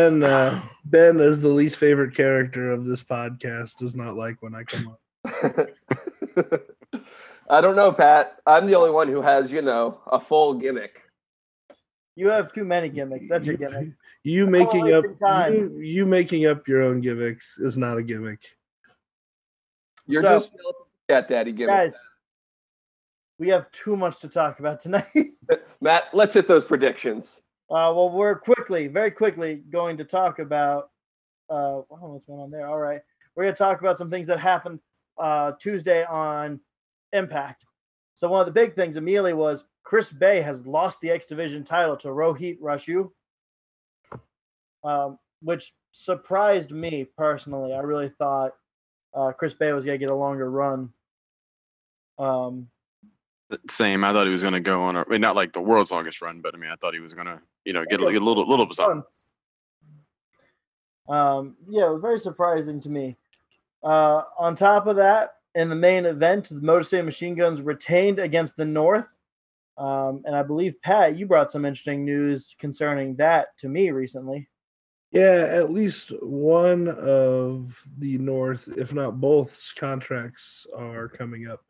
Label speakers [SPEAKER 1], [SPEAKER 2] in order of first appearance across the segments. [SPEAKER 1] Ben, uh, ben as the least favorite character of this podcast, does not like when I come up.
[SPEAKER 2] I don't know, Pat. I'm the only one who has, you know, a full gimmick.
[SPEAKER 3] You have too many gimmicks. That's your gimmick.
[SPEAKER 1] You
[SPEAKER 3] I'm
[SPEAKER 1] making up
[SPEAKER 3] wasting time.
[SPEAKER 1] you, you making up your own gimmicks is not a gimmick.
[SPEAKER 2] You're
[SPEAKER 3] So-
[SPEAKER 2] just Cat Daddy gimmick.
[SPEAKER 3] Guys, we have too much to talk about tonight. uh,
[SPEAKER 2] Matt, let's hit those predictions.
[SPEAKER 3] well, we're quickly, very quickly going to talk about. Uh, I don't know what's going on there. All right. We're going to talk about some things that happened uh, Tuesday on Impact. So, one of the big things immediately was Chris Bay has lost the X Division title to Rohit Rashu, um, which surprised me personally. I really thought uh, Chris Bay was going to get a longer run. Um,
[SPEAKER 4] Same. I thought he was going to go on a I mean, not like the world's longest run, but I mean, I thought he was going to, you know, get a, get a little little bit something.
[SPEAKER 3] months. Um, yeah, it was very surprising to me. Uh, on top of that, in the main event, the Motor City Machine Guns retained against the North. Um, and I believe, Pat, you brought some interesting news concerning that to me recently.
[SPEAKER 1] Yeah, at least one of the North, if not both's contracts are coming up.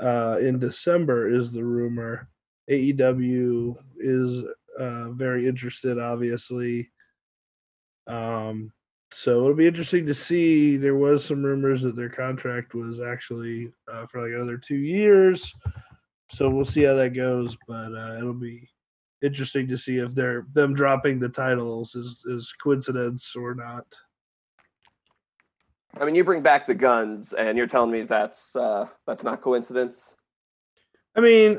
[SPEAKER 1] Uh, in December is the rumor. AEW is uh, very interested, obviously. Um, so it'll be interesting to see. There was some rumors that their contract was actually uh, for like another two years. So we'll see how that goes, but uh, it'll be interesting to see if they're them dropping the titles is is coincidence or not.
[SPEAKER 2] I mean, you bring back the guns, and you're telling me that's uh, that's not coincidence.
[SPEAKER 1] I mean,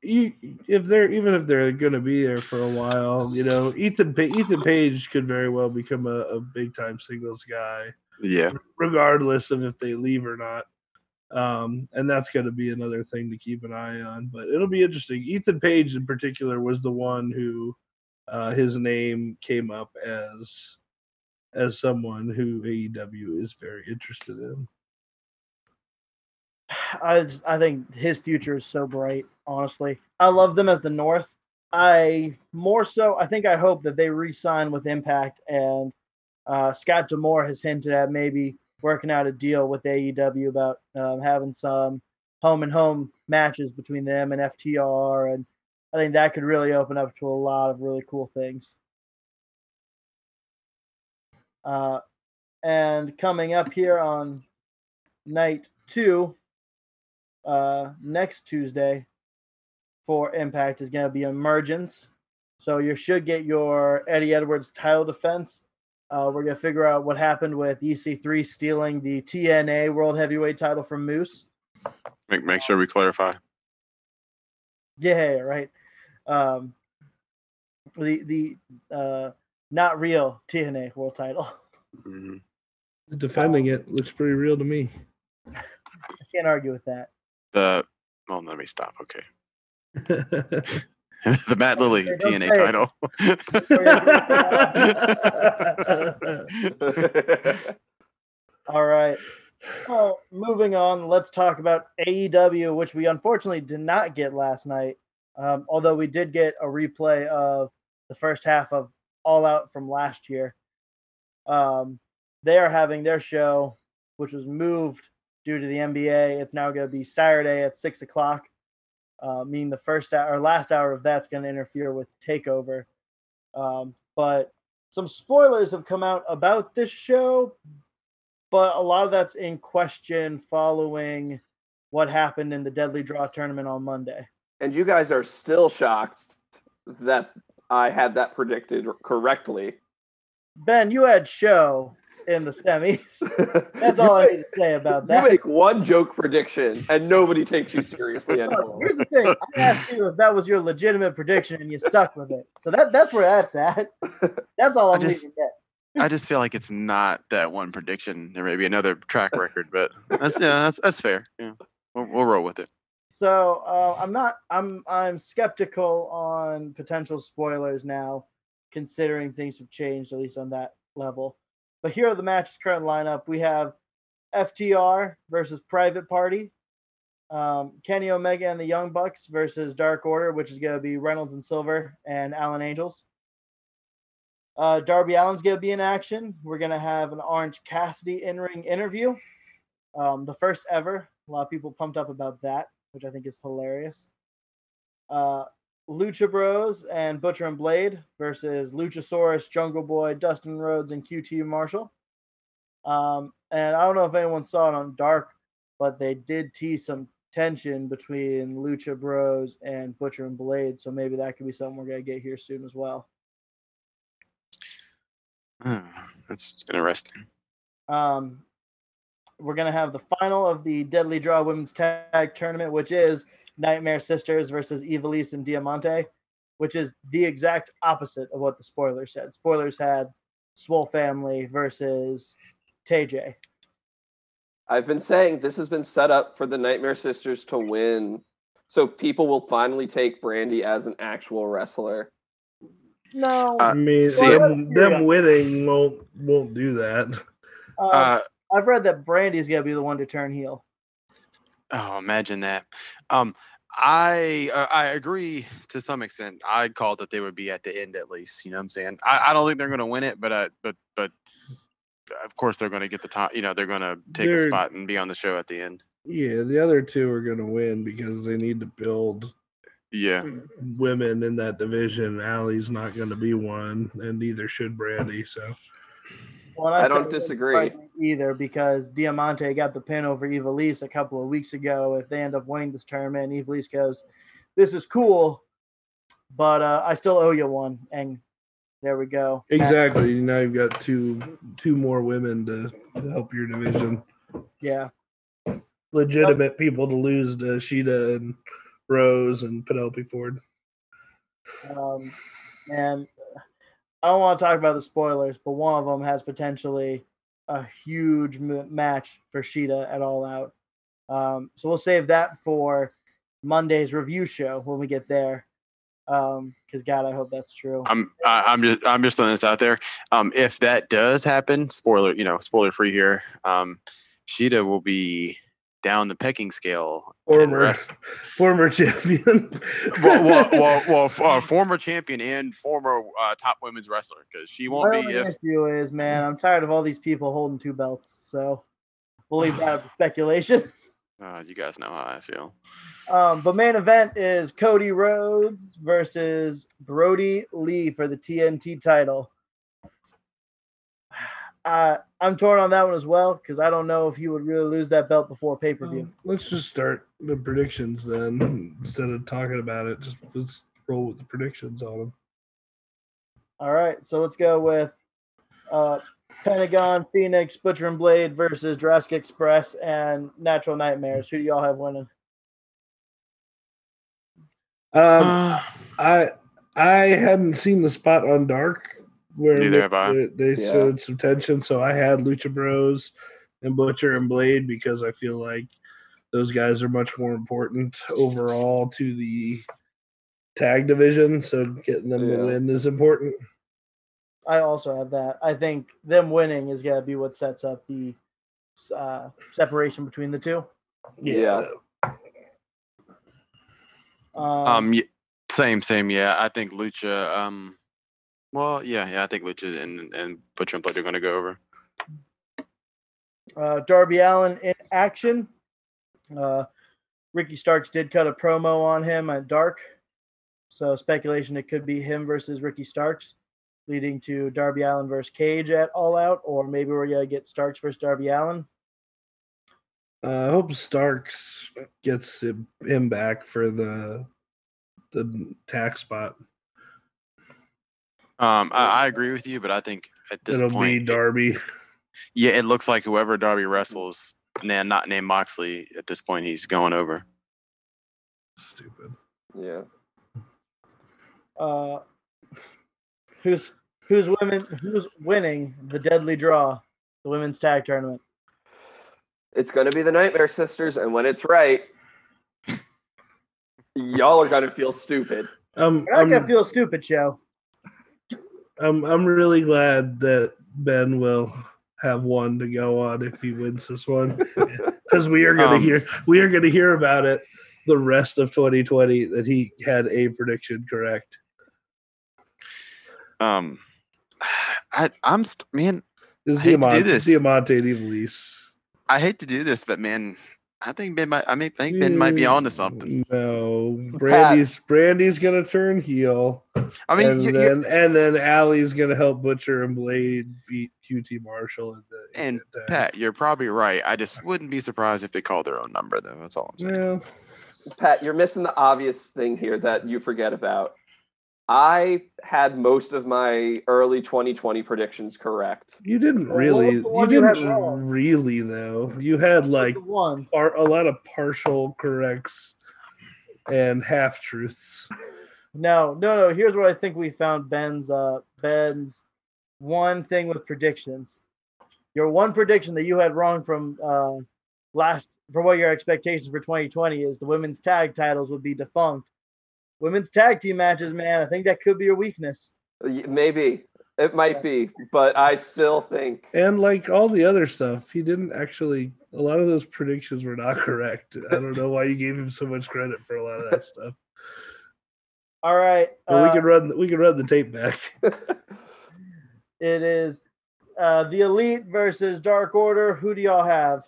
[SPEAKER 1] you if they're even if they're going to be there for a while, you know, Ethan pa- Ethan Page could very well become a, a big time singles guy,
[SPEAKER 4] Yeah.
[SPEAKER 1] regardless of if they leave or not. Um, and that's going to be another thing to keep an eye on. But it'll be interesting. Ethan Page, in particular, was the one who uh, his name came up as as someone who AEW is very interested in.
[SPEAKER 3] I just, I think his future is so bright. Honestly, I love them as the North. I more so. I think I hope that they re-sign with Impact and uh, Scott Demore has hinted at maybe working out a deal with AEW about um, having some home and home matches between them and FTR, and I think that could really open up to a lot of really cool things. Uh, and coming up here on night two, uh, next Tuesday for Impact is going to be Emergence. So you should get your Eddie Edwards title defense. Uh, we're going to figure out what happened with EC3 stealing the TNA World Heavyweight title from Moose.
[SPEAKER 4] Make make sure we clarify.
[SPEAKER 3] Yeah, right. Um, the the uh, not real TNA World title.
[SPEAKER 4] Mhm.
[SPEAKER 1] Defending it looks pretty real to me.
[SPEAKER 3] I can't argue with that.
[SPEAKER 4] The well, let me stop. Okay. the Matt Lilly
[SPEAKER 3] Don't say
[SPEAKER 4] TNA
[SPEAKER 3] it.
[SPEAKER 4] title.
[SPEAKER 3] All right. So moving on, let's talk about AEW, which we unfortunately did not get last night. Um, although we did get a replay of the first half of All Out from last year. Um, they are having their show, which was moved due to the NBA. It's now going to be Saturday at six o'clock, uh, meaning the first hour or last hour of that's going to interfere with Takeover. Um, but some spoilers have come out about this show, but a lot of that's in question following what happened in the Deadly Draw tournament on Monday.
[SPEAKER 2] And you guys are still shocked that I had that predicted correctly.
[SPEAKER 3] Ben, you had show in the semis. That's all I
[SPEAKER 2] you
[SPEAKER 3] need to say about
[SPEAKER 2] make, you
[SPEAKER 3] that.
[SPEAKER 2] make one joke prediction, and nobody takes you seriously
[SPEAKER 3] Look,
[SPEAKER 2] anymore.
[SPEAKER 3] here's the thing. I asked you if that was your legitimate prediction and you stuck with it. So that that's where that's at. That's all
[SPEAKER 4] I
[SPEAKER 3] I'm
[SPEAKER 4] just-
[SPEAKER 3] leaving at.
[SPEAKER 4] I just feel like it's not that one prediction. There may be another track record, but that's yeah, that's that's fair. Yeah, we'll, we'll roll with it.
[SPEAKER 3] So uh, I'm not I'm I'm skeptical on potential spoilers now, considering things have changed, at least on that level. But here are the matches current lineup. We have FTR versus Private Party, um, Kenny Omega and the Young Bucks versus Dark Order, which is going to be Reynolds and Silver and Allen Angels. Uh, Darby Allen's going to be in action. We're going to have an Orange Cassidy in ring interview, um, the first ever. A lot of people pumped up about that, which I think is hilarious. Uh, Lucha Bros and Butcher and Blade versus Luchasaurus, Jungle Boy, Dustin Rhodes, and QT Marshall. Um, and I don't know if anyone saw it on Dark, but they did tease some tension between Lucha Bros and Butcher and Blade. So maybe that could be something we're going to get here soon as well.
[SPEAKER 4] Oh, that's interesting.
[SPEAKER 3] Um, we're going to have the final of the Deadly Draw Women's Tag Tournament, which is Nightmare Sisters versus Evilise and Diamante, which is the exact opposite of what the spoilers said. Spoilers had Swole Family versus TJ.
[SPEAKER 2] I've been saying this has been set up for the Nightmare Sisters to win, so people will finally take Brandy as an actual wrestler.
[SPEAKER 3] No,
[SPEAKER 2] Uh,
[SPEAKER 1] I mean,
[SPEAKER 4] see,
[SPEAKER 1] them, them winning won't won't do that.
[SPEAKER 3] uh,
[SPEAKER 4] Uh,
[SPEAKER 3] I've read that Brandy's gonna be the one to turn heel.
[SPEAKER 4] oh, imagine that. Um, I uh, I agree to some extent. I called that they would be at the end at least. You know what I'm saying? I, I don't think they're going to win it, but uh, but but of course they're going to get the top. You know, they're going to take a
[SPEAKER 1] They're-
[SPEAKER 4] spot and be on the show at the end.
[SPEAKER 1] Yeah, the other two are going to win because they need to build
[SPEAKER 4] Yeah.
[SPEAKER 1] women in that division. Allie's not going to be one, and neither should Brandy. So
[SPEAKER 3] Well,
[SPEAKER 2] I
[SPEAKER 3] said
[SPEAKER 2] don't
[SPEAKER 3] it wasn't
[SPEAKER 2] disagree.
[SPEAKER 3] Brandy either because Diamante got the pin over Evilise a couple of weeks ago. If they end up winning this tournament, and Evilise goes, "This is cool, but uh, I still owe you one." And there we go.
[SPEAKER 1] exactly, now you've got two two more women to, to help your division.
[SPEAKER 3] Yeah.
[SPEAKER 1] Legitimate people to lose to Sheeta and Rose and Penelope Ford.
[SPEAKER 3] Um, and I don't want to talk about the spoilers, but one of them has potentially a huge m- match for Sheeta at All Out. Um, so we'll save that for Monday's review show when we get there. Because God, I hope that's true.
[SPEAKER 4] I'm I, I'm just I'm just throwing this out there. Um, if that does happen, spoiler, you know, spoiler free here. Um, Sheeta will be down the pecking scale. in
[SPEAKER 1] Former
[SPEAKER 4] wrest-
[SPEAKER 1] former champion.
[SPEAKER 4] well, well, well, well f- uh, former champion and former uh, top women's wrestler because she won't
[SPEAKER 3] My
[SPEAKER 4] be
[SPEAKER 3] only
[SPEAKER 4] if
[SPEAKER 3] issue is, man, I'm tired of all these people holding two belts. So we'll leave that up to speculation.
[SPEAKER 4] uh, you guys know how I feel.
[SPEAKER 3] Um, but main event is Cody Rhodes versus Brody Lee for the TNT title. Uh, I'm torn on that one as well because I don't know if he would really lose that belt before pay per
[SPEAKER 4] Mm.
[SPEAKER 3] view.
[SPEAKER 1] Um, let's just start the predictions then instead of talking about it. Just let's roll with the predictions on them.
[SPEAKER 3] All right, so let's go with uh, Pentagon, Phoenix, Butcher and Blade versus Jurassic Express and Natural Nightmares. Who do y'all have winning?
[SPEAKER 1] Um,
[SPEAKER 4] Uh,
[SPEAKER 1] I I hadn't seen the spot on Dark where
[SPEAKER 4] Neither have I.
[SPEAKER 1] they, they
[SPEAKER 2] Yeah.
[SPEAKER 1] showed some tension, so I had Lucha Bros and Butcher and Blade because I feel like those guys are much more important overall to the tag division. So getting them
[SPEAKER 2] Yeah.
[SPEAKER 1] to win is important.
[SPEAKER 3] I also have that. I think them winning is going to be what sets up the uh, separation between the two.
[SPEAKER 2] Yeah.
[SPEAKER 4] um, y- same, same. Yeah, I think Lucha. Um, well, yeah, yeah, I think Lucha and and Butcher and Blade are going to go over.
[SPEAKER 3] uh, Darby Allen in action. Uh, Ricky Starks did cut a promo on him at Dark, so speculation it could be him versus Ricky Starks, leading to Darby Allen versus Cage at All Out, or maybe we're gonna get Starks versus Darby Allen.
[SPEAKER 1] Uh, I hope Starks gets him him back for the the tax spot.
[SPEAKER 4] Um, I, I agree with you, but I think at this
[SPEAKER 1] It'll
[SPEAKER 4] point,
[SPEAKER 1] be Hmm.
[SPEAKER 4] it-
[SPEAKER 1] Darby.
[SPEAKER 4] yeah, it looks like whoever Darby wrestles, nah, not named Moxley, at this point, he's going over.
[SPEAKER 1] Stupid.
[SPEAKER 2] Yeah.
[SPEAKER 3] Uh, who's who's women who's winning the Deadly Draw, the women's tag tournament?
[SPEAKER 2] It's going to be the Nightmare Sisters, and when it's right, y'all are going to feel stupid.
[SPEAKER 1] Um,
[SPEAKER 3] You're not
[SPEAKER 1] I'm-
[SPEAKER 3] gonna feel stupid, show.
[SPEAKER 1] I'm I'm really glad that Ben will have one to go on if he wins this one because we are gonna
[SPEAKER 4] Um,
[SPEAKER 1] hear we are gonna hear about it the rest of 2020 that he had a prediction correct.
[SPEAKER 4] Um, I, I'm st- man.
[SPEAKER 1] Is
[SPEAKER 4] I hate to do
[SPEAKER 1] Diamante,
[SPEAKER 4] this.
[SPEAKER 1] Diamante the lease?
[SPEAKER 4] I hate to do this, but man, I think Ben might. I mean, think Ben might
[SPEAKER 1] Hmm.
[SPEAKER 4] be onto something.
[SPEAKER 1] No, Brandy's Brandy's gonna turn heel.
[SPEAKER 4] I mean,
[SPEAKER 1] and
[SPEAKER 4] you- you-
[SPEAKER 1] then and then Allie's gonna help Butcher and Blade beat QT Marshall in the in
[SPEAKER 4] And
[SPEAKER 1] the tag.
[SPEAKER 4] Pat, you're probably right. I just wouldn't be surprised if they called their own number, though. That's all I'm saying.
[SPEAKER 1] Well,
[SPEAKER 2] Pat, you're missing the obvious thing here that you forget about. I had most of my early 2020 predictions correct.
[SPEAKER 1] you didn't
[SPEAKER 3] Well, what
[SPEAKER 1] really,
[SPEAKER 3] was the
[SPEAKER 1] you
[SPEAKER 3] one you had
[SPEAKER 1] didn't
[SPEAKER 3] wrong?
[SPEAKER 1] really though. You had like
[SPEAKER 3] the one.
[SPEAKER 1] par- a lot of partial corrects and half truths.
[SPEAKER 3] No, no, no. Here's where I think we found Ben's uh Ben's one thing with predictions. Your one prediction that you had wrong from uh last for what your expectations for 2020 is the women's tag titles would be defunct. Women's tag team matches, man, I think that could be your weakness.
[SPEAKER 2] Y- Maybe it might be, but I still think
[SPEAKER 1] And like all the other stuff, he didn't actually. A lot of those predictions were not correct. I don't know why you gave him so much credit for a lot of that stuff.
[SPEAKER 3] All right.
[SPEAKER 1] But
[SPEAKER 3] uh,
[SPEAKER 1] we can run. We can run the tape back.
[SPEAKER 3] It is uh, the Elite versus Dark Order. Who do y'all have?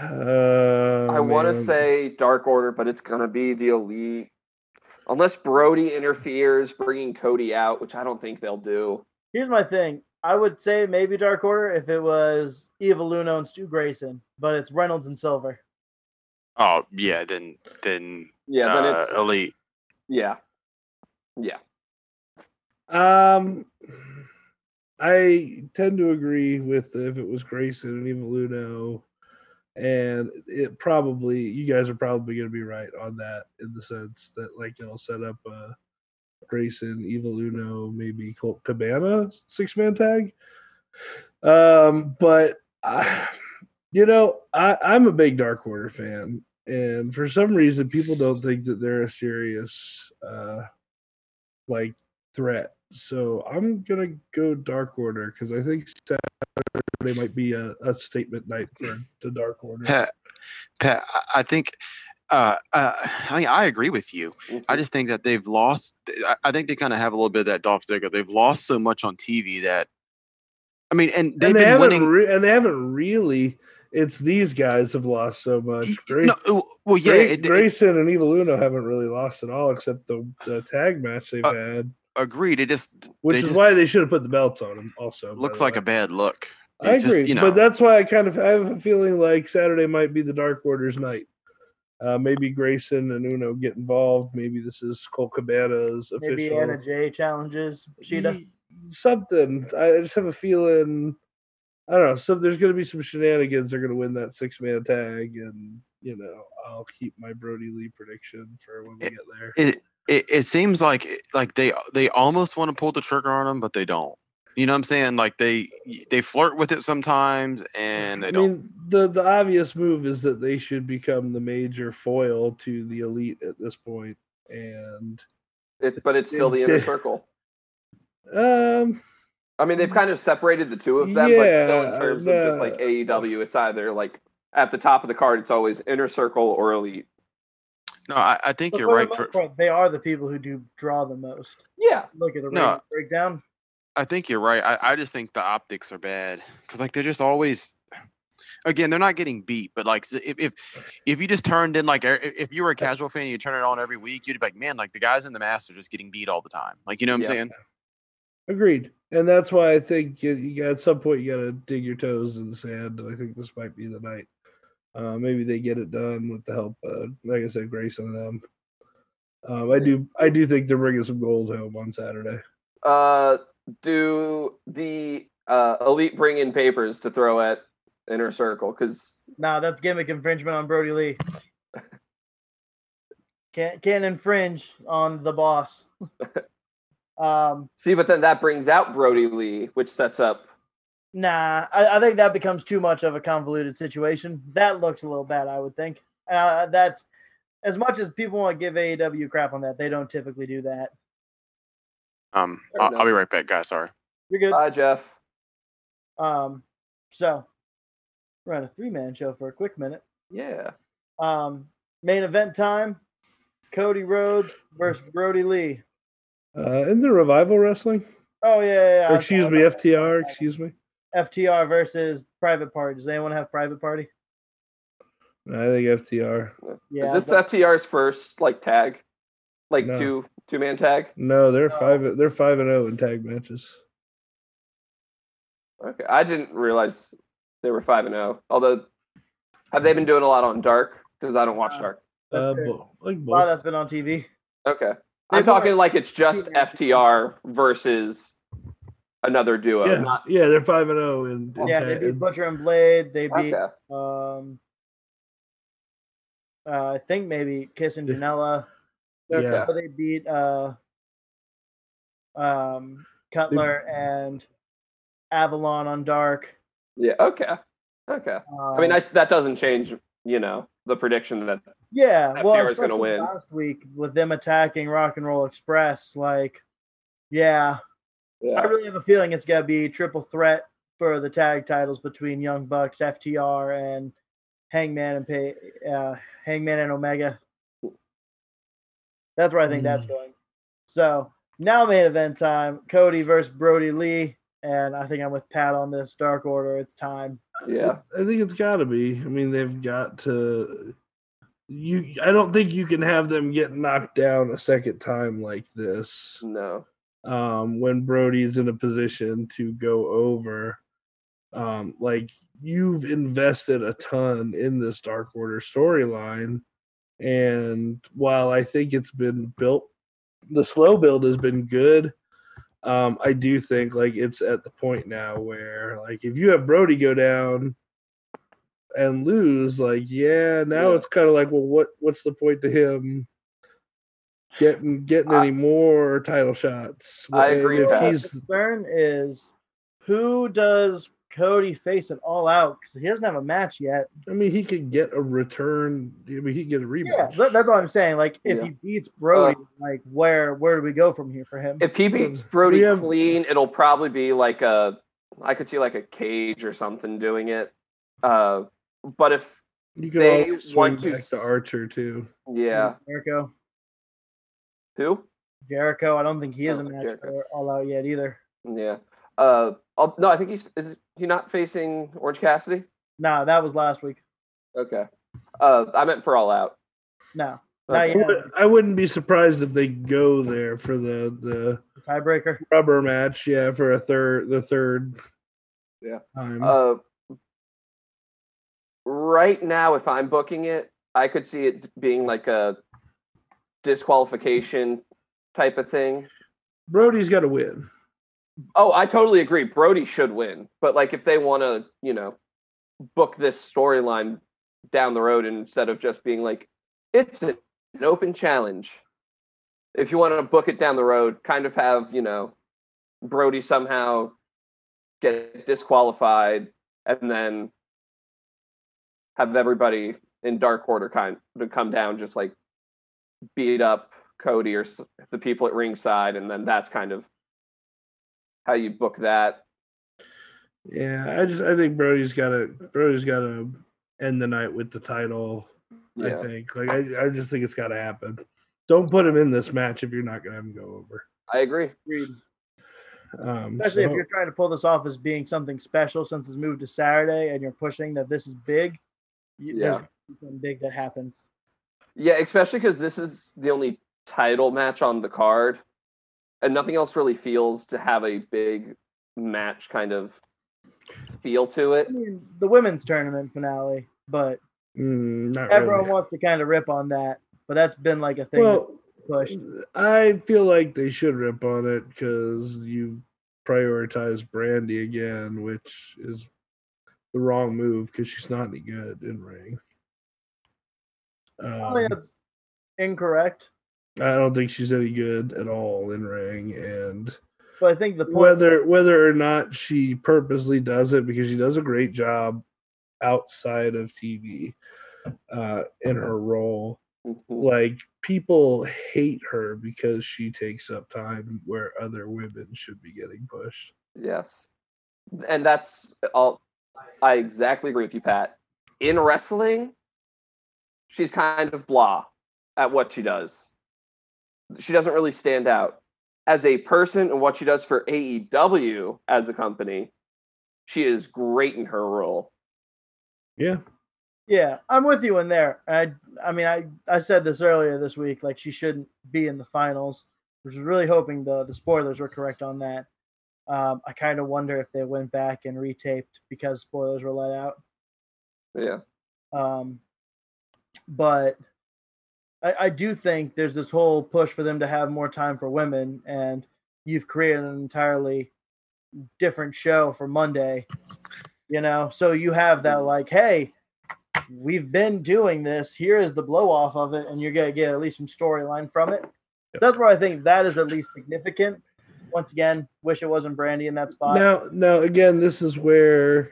[SPEAKER 1] Uh,
[SPEAKER 2] I want to
[SPEAKER 1] man.
[SPEAKER 2] say Dark Order, but it's going to be the Elite. Unless Brody interferes, bringing Cody out, which I don't think they'll do.
[SPEAKER 3] Here's my thing. I would say maybe Dark Order if it was Eva Luna and Stu Grayson, but it's Reynolds and Silver.
[SPEAKER 4] Oh yeah, then then
[SPEAKER 2] Yeah,
[SPEAKER 4] uh,
[SPEAKER 2] then it's
[SPEAKER 4] elite.
[SPEAKER 2] yeah.
[SPEAKER 1] Um, I tend to agree with if it was Grayson and even Luno, and it probably you guys are probably going to be right on that in the sense that like it'll set up uh Grayson, Evil Luno, maybe Colt Cabana six man tag. Um, but I, you know, I, I'm a big Dark Order fan, and for some reason, people don't think that they're a serious uh like threat. So I'm gonna go Dark Order because I think Saturday might be a, a statement night for the Dark Order.
[SPEAKER 4] Pat, Pat, I- I think. Uh, uh, I mean, I agree with you. I just think that they've lost. I- I think they kind of have a little bit of that Dolph Ziggler. They've lost so much on TV that, I mean, and they've
[SPEAKER 1] and they
[SPEAKER 4] been
[SPEAKER 1] haven't
[SPEAKER 4] winning.
[SPEAKER 1] re- and they haven't really. It's these guys have lost so much. Grace,
[SPEAKER 4] e, no, well, yeah,
[SPEAKER 1] Grace-
[SPEAKER 4] it, it-
[SPEAKER 1] Grayson and Evil Uno haven't really lost at all, except the, the tag match they've
[SPEAKER 4] Uh,
[SPEAKER 1] had,
[SPEAKER 4] agreed. It just
[SPEAKER 1] which
[SPEAKER 4] they
[SPEAKER 1] is
[SPEAKER 4] just-
[SPEAKER 1] why they should have put the belts on them. Also, by
[SPEAKER 4] looks
[SPEAKER 1] the
[SPEAKER 4] like
[SPEAKER 1] way.
[SPEAKER 4] a bad look.
[SPEAKER 1] I
[SPEAKER 4] it just,
[SPEAKER 1] agree,
[SPEAKER 4] you know-
[SPEAKER 1] but that's why I kind of I have a feeling like Saturday might be the Dark Order's night. Uh, maybe Grayson and Uno get involved. Maybe this is Cole Cabana's official
[SPEAKER 3] Maybe Anna Jay challenges Sheeta.
[SPEAKER 1] Ye- Something. I just have a feeling. I don't know. So there's going to be some shenanigans. They're going to win that six man tag, and you know I'll keep my Brody Lee prediction for when we
[SPEAKER 4] It-
[SPEAKER 1] get there.
[SPEAKER 4] It it, it seems like like they they almost want to pull the trigger on them, but they don't. You know what I'm saying? Like they they flirt with it sometimes, and they
[SPEAKER 1] I
[SPEAKER 4] don't.
[SPEAKER 1] mean, the the obvious move is that they should become the major foil to the elite at this point, and
[SPEAKER 2] It, but it's still the inner circle.
[SPEAKER 1] um,
[SPEAKER 2] I mean, they've kind of separated the two of them, but still
[SPEAKER 1] Yeah,
[SPEAKER 2] in terms of just like
[SPEAKER 1] no.
[SPEAKER 2] AEW, it's either like at the top of the card, it's always inner circle or elite.
[SPEAKER 4] No, I, I think
[SPEAKER 3] But
[SPEAKER 4] you're
[SPEAKER 3] for the
[SPEAKER 4] right.
[SPEAKER 3] most
[SPEAKER 4] For,
[SPEAKER 3] part, they are the people who do draw the most.
[SPEAKER 2] Yeah,
[SPEAKER 3] Look at the
[SPEAKER 4] No.
[SPEAKER 3] ratings breakdown.
[SPEAKER 4] I think you're right. I, I just think the optics are bad because like they're just always. Again, they're not getting beat, but like if if if you just turned in like e- if you were a casual fan, and you turn it on every week, you'd be like, man, like the guys in the mask are just getting beat all the time. Like you know what
[SPEAKER 2] Yeah.
[SPEAKER 4] I'm saying?
[SPEAKER 1] Agreed. And that's why I think you, you got, at some point you got to dig your toes in the sand. And I think this might be the night. Uh, maybe they get it done with the help, uh, like I said, Grace and them. Um, I do, I do think they're bringing some gold home on Saturday.
[SPEAKER 2] Uh, do the uh, elite bring in papers to throw at inner circle? Because
[SPEAKER 3] Nah, that's gimmick infringement on Brody Lee. Can't can't infringe on the boss. um,
[SPEAKER 2] see, but then that brings out Brody Lee, which sets up.
[SPEAKER 3] Nah, I, I think that becomes too much of a convoluted situation. That looks a little bad, I would think. Uh, that's as much as people want to give AEW crap on that. They don't typically do that.
[SPEAKER 4] Um,
[SPEAKER 2] Fair
[SPEAKER 4] I'll, I'll
[SPEAKER 2] enough.
[SPEAKER 4] be right back, guys. Sorry.
[SPEAKER 3] You're good.
[SPEAKER 2] Hi, Jeff. Uh,
[SPEAKER 3] Um, so we're on a three man show for a quick minute.
[SPEAKER 2] Yeah.
[SPEAKER 3] Um, main event time: Cody Rhodes versus Brody Lee.
[SPEAKER 1] Uh, in the revival wrestling,
[SPEAKER 3] Oh yeah, yeah, yeah,
[SPEAKER 1] or
[SPEAKER 3] I
[SPEAKER 1] excuse
[SPEAKER 3] thought
[SPEAKER 1] me,
[SPEAKER 3] about that.
[SPEAKER 1] FTR. Excuse me.
[SPEAKER 3] FTR versus Private Party. Does anyone have Private Party?
[SPEAKER 1] I think FTR.
[SPEAKER 3] Yeah.
[SPEAKER 2] Is this
[SPEAKER 3] but-
[SPEAKER 2] FTR's first like tag, like
[SPEAKER 1] No.
[SPEAKER 2] two two man tag?
[SPEAKER 1] No, they're
[SPEAKER 3] No.
[SPEAKER 1] five. They're five and zero in tag matches.
[SPEAKER 2] Okay, I didn't realize they were five and zero. Although, have they been doing a lot on Dark? Because I don't watch
[SPEAKER 3] Uh,
[SPEAKER 2] Dark.
[SPEAKER 3] That's
[SPEAKER 1] Uh,
[SPEAKER 3] fair.
[SPEAKER 1] bo- like
[SPEAKER 3] a lot
[SPEAKER 1] both.
[SPEAKER 3] that's been on TV.
[SPEAKER 2] Okay, I'm
[SPEAKER 3] They've already-
[SPEAKER 2] talking like it's just
[SPEAKER 3] Yeah.
[SPEAKER 2] FTR versus another duo.
[SPEAKER 1] yeah,
[SPEAKER 2] Not
[SPEAKER 1] yeah, they're five and zero in, in
[SPEAKER 3] Yeah,
[SPEAKER 1] tag.
[SPEAKER 3] they beat Butcher and Blade. They beat
[SPEAKER 2] okay.
[SPEAKER 3] um, uh, I think maybe Kiss and
[SPEAKER 1] Yeah.
[SPEAKER 3] Janela.
[SPEAKER 2] Okay.
[SPEAKER 1] Yeah.
[SPEAKER 3] They beat uh, um, Cutler and Avalon on Dark.
[SPEAKER 2] Yeah. Okay. Okay. I mean,
[SPEAKER 3] Um,
[SPEAKER 2] I, that doesn't change. You know, the prediction that
[SPEAKER 3] Yeah, well,
[SPEAKER 2] FTR is gonna
[SPEAKER 3] especially
[SPEAKER 2] win.
[SPEAKER 3] last week with them attacking Rock and Roll Express, like, yeah,
[SPEAKER 2] yeah.
[SPEAKER 3] I really have a feeling it's gonna be triple threat for the tag titles between Young Bucks, FTR, and Hangman and Pay, uh, Hangman and Omega. That's where I think that's
[SPEAKER 1] Mm.
[SPEAKER 3] going. So now main event time: Cody versus Brody Lee, and I think I'm with Pat on this. Dark Order, it's time.
[SPEAKER 2] yeah.
[SPEAKER 1] I think it's got to be. I mean, they've got to. You, I don't think you can have them get knocked down a second time like this.
[SPEAKER 2] No.
[SPEAKER 1] um, when Brody's in a position to go over. Um, like you've invested a ton in this Dark Order storyline, and while I think it's been built, the slow build has been good. Um, I do think like it's at the point now where like if you have Brody go down and lose, like yeah, now
[SPEAKER 2] Yeah.
[SPEAKER 1] it's kind of like well, what what's the point to him getting getting
[SPEAKER 2] I-
[SPEAKER 1] any more title shots?
[SPEAKER 2] I
[SPEAKER 1] And
[SPEAKER 2] agree
[SPEAKER 1] If
[SPEAKER 2] with that.
[SPEAKER 1] he's
[SPEAKER 3] concern is who does Cody face at all out because he doesn't have a match yet.
[SPEAKER 1] I mean, he could get a return. I mean, he could get a
[SPEAKER 3] Yeah,
[SPEAKER 1] rematch.
[SPEAKER 3] that, that's all I'm saying. Like, if
[SPEAKER 2] Yeah. Um,
[SPEAKER 3] he beats Brody, like, where where do we go from here for him?
[SPEAKER 2] If he beats
[SPEAKER 1] Hmm.
[SPEAKER 2] Brody
[SPEAKER 1] We have-
[SPEAKER 2] clean, it'll probably be like a. I could see like a cage or something doing it. Uh, but if
[SPEAKER 1] you could
[SPEAKER 2] they
[SPEAKER 1] always swing
[SPEAKER 2] want to
[SPEAKER 1] back to
[SPEAKER 2] s-
[SPEAKER 1] Archer too.
[SPEAKER 2] yeah,
[SPEAKER 3] Jericho,
[SPEAKER 1] Hmm.
[SPEAKER 2] who?
[SPEAKER 3] Jericho, I don't think he has a
[SPEAKER 2] Oh,
[SPEAKER 3] match
[SPEAKER 2] Jericho.
[SPEAKER 3] for all out yet either.
[SPEAKER 2] Yeah. Uh, I'll, no, I think he's is he not facing Orange Cassidy?
[SPEAKER 3] Nah, that was last week.
[SPEAKER 2] Okay. Uh, I meant for All Out.
[SPEAKER 3] No,
[SPEAKER 2] Okay.
[SPEAKER 1] I
[SPEAKER 3] Yeah.
[SPEAKER 1] would- I wouldn't be surprised if they go there for the the
[SPEAKER 3] the tiebreaker.
[SPEAKER 1] rubber match. Yeah, for a third, the third.
[SPEAKER 2] Yeah.
[SPEAKER 1] Time.
[SPEAKER 2] Uh, right now, if I'm booking it, I could see it being like a disqualification type of thing.
[SPEAKER 1] Brody's got to win.
[SPEAKER 2] Oh, I totally agree. Brody should win, but like if they want to, you know, book this storyline down the road instead of just being like it's an open challenge. If you want to book it down the road, kind of have you know Brody somehow get disqualified and then have everybody in dark order kind to come down just like beat up Cody or s- the people at ringside, and then that's kind of how you book that.
[SPEAKER 1] Yeah, I just I think Brody's got to Brody's got to end the night with the title. I
[SPEAKER 2] Yeah.
[SPEAKER 1] think like I, I just think it's got to happen. Don't put him in this match if you're not going to have him go over.
[SPEAKER 2] I agree.
[SPEAKER 3] Agreed.
[SPEAKER 1] Um,
[SPEAKER 3] Especially if
[SPEAKER 1] so-
[SPEAKER 3] you're trying to pull this off as being something special since it's moved to Saturday and you're pushing that this is big. You,
[SPEAKER 2] Yeah.
[SPEAKER 3] There's something big that happens.
[SPEAKER 2] Yeah, especially because this is the only title match on the card, and nothing else really feels to have a big match kind of feel to it.
[SPEAKER 3] I mean, the women's tournament finale, but
[SPEAKER 1] Mm, not
[SPEAKER 3] everyone
[SPEAKER 1] really.
[SPEAKER 3] wants to kind of rip on that, but that's been like a thing
[SPEAKER 1] Well, um,
[SPEAKER 3] that's pushed.
[SPEAKER 1] I feel like they should rip on it because you've prioritized Brandy again, which is the wrong move because she's not any good in ring.
[SPEAKER 3] I think
[SPEAKER 1] Um,
[SPEAKER 3] Oh, that's incorrect,
[SPEAKER 1] I don't think she's any good at all in ring, and
[SPEAKER 3] but I think the point
[SPEAKER 1] whether whether or not she purposely does it because she does a great job outside of TV uh, in her role, like people hate her because she takes up time where other women should be getting pushed.
[SPEAKER 2] Yes, and that's all. I exactly agree with you, Pat. In wrestling, she's kind of blah at what she does. She doesn't really stand out. as a person and what she does for AEW as a company, she is great in her role.
[SPEAKER 1] Yeah.
[SPEAKER 3] Yeah, I'm with you in there. I I mean I I said this earlier this week like she shouldn't be in the finals. I was really hoping the the spoilers were correct on that. Um, I kind of wonder if they went back and retaped because spoilers were let out.
[SPEAKER 2] Yeah.
[SPEAKER 3] Um, but I, I do think there's this whole push for them to have more time for women, and you've created an entirely different show for Monday. You know, so you have that like, hey, we've been doing this. Here is the blow off of it, and you're gonna get at least some storyline from it. So that's where I think that is at least significant. Once again, wish it wasn't Brandy in that spot.
[SPEAKER 1] Now, now again, this is where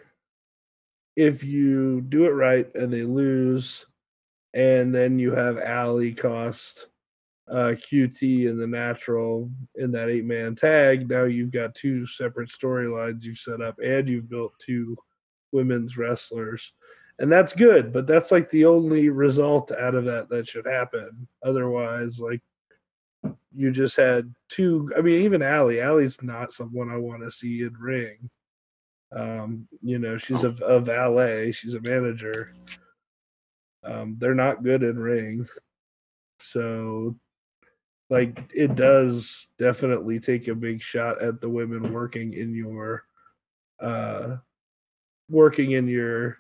[SPEAKER 1] if you do it right and they lose, and then you have Alley cost uh, QT and the natural in that eight man tag. Now you've got two separate storylines you've set up, and you've built two women's wrestlers. And that's good, but that's like the only result out of that that should happen. Otherwise, like you just had two. I mean, even Allie. Allie's not someone I want to see in ring. Um, you know, she's a, a valet. She's a manager. Um, they're not good in ring, so like it does definitely take a big shot at the women working in your, uh, working in your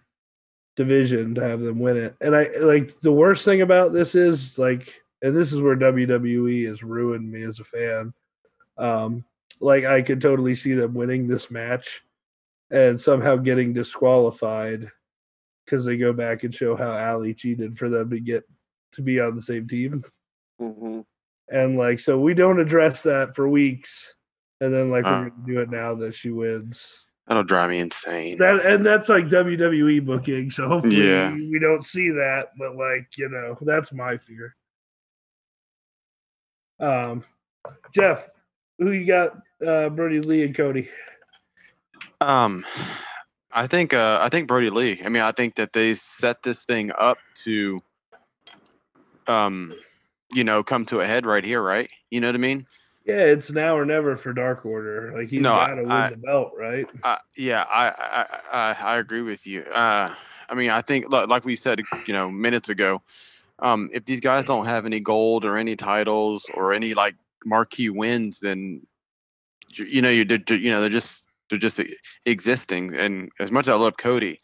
[SPEAKER 1] division to have them win it. And I like the worst thing about this is like and this is where WWE has ruined me as a fan. Um, like I could totally see them winning this match and somehow getting disqualified because they go back and show how Ali cheated for them to get to be on the same team.
[SPEAKER 2] Mm-hmm.
[SPEAKER 1] And like, so we don't address that for weeks, and then like
[SPEAKER 4] Uh.
[SPEAKER 1] we're gonna do it now that she wins.
[SPEAKER 4] That'll drive me insane.
[SPEAKER 1] That and that's like WWE booking. So hopefully
[SPEAKER 4] Yeah.
[SPEAKER 1] we, we don't see that, but like you know, that's my fear. Um, Jeff, who you got? Uh, Brody Lee and Cody.
[SPEAKER 4] Um, I think uh, I think Brody Lee. I mean, I think that they set this thing up to, um, you know, come to a head right here, right? You know what I mean?
[SPEAKER 1] Yeah, it's now or never for Dark Order. Like he's
[SPEAKER 4] No, I-
[SPEAKER 1] got to win
[SPEAKER 4] I-
[SPEAKER 1] the belt, right?
[SPEAKER 4] Uh, yeah, I I, I I- I agree with you. Uh, I mean, I think li- like we said, you know, minutes ago, um, if these guys don't have any gold or any titles or any like marquee wins, then you you know you did you know they're just they're just e- existing. And as much as I love Cody,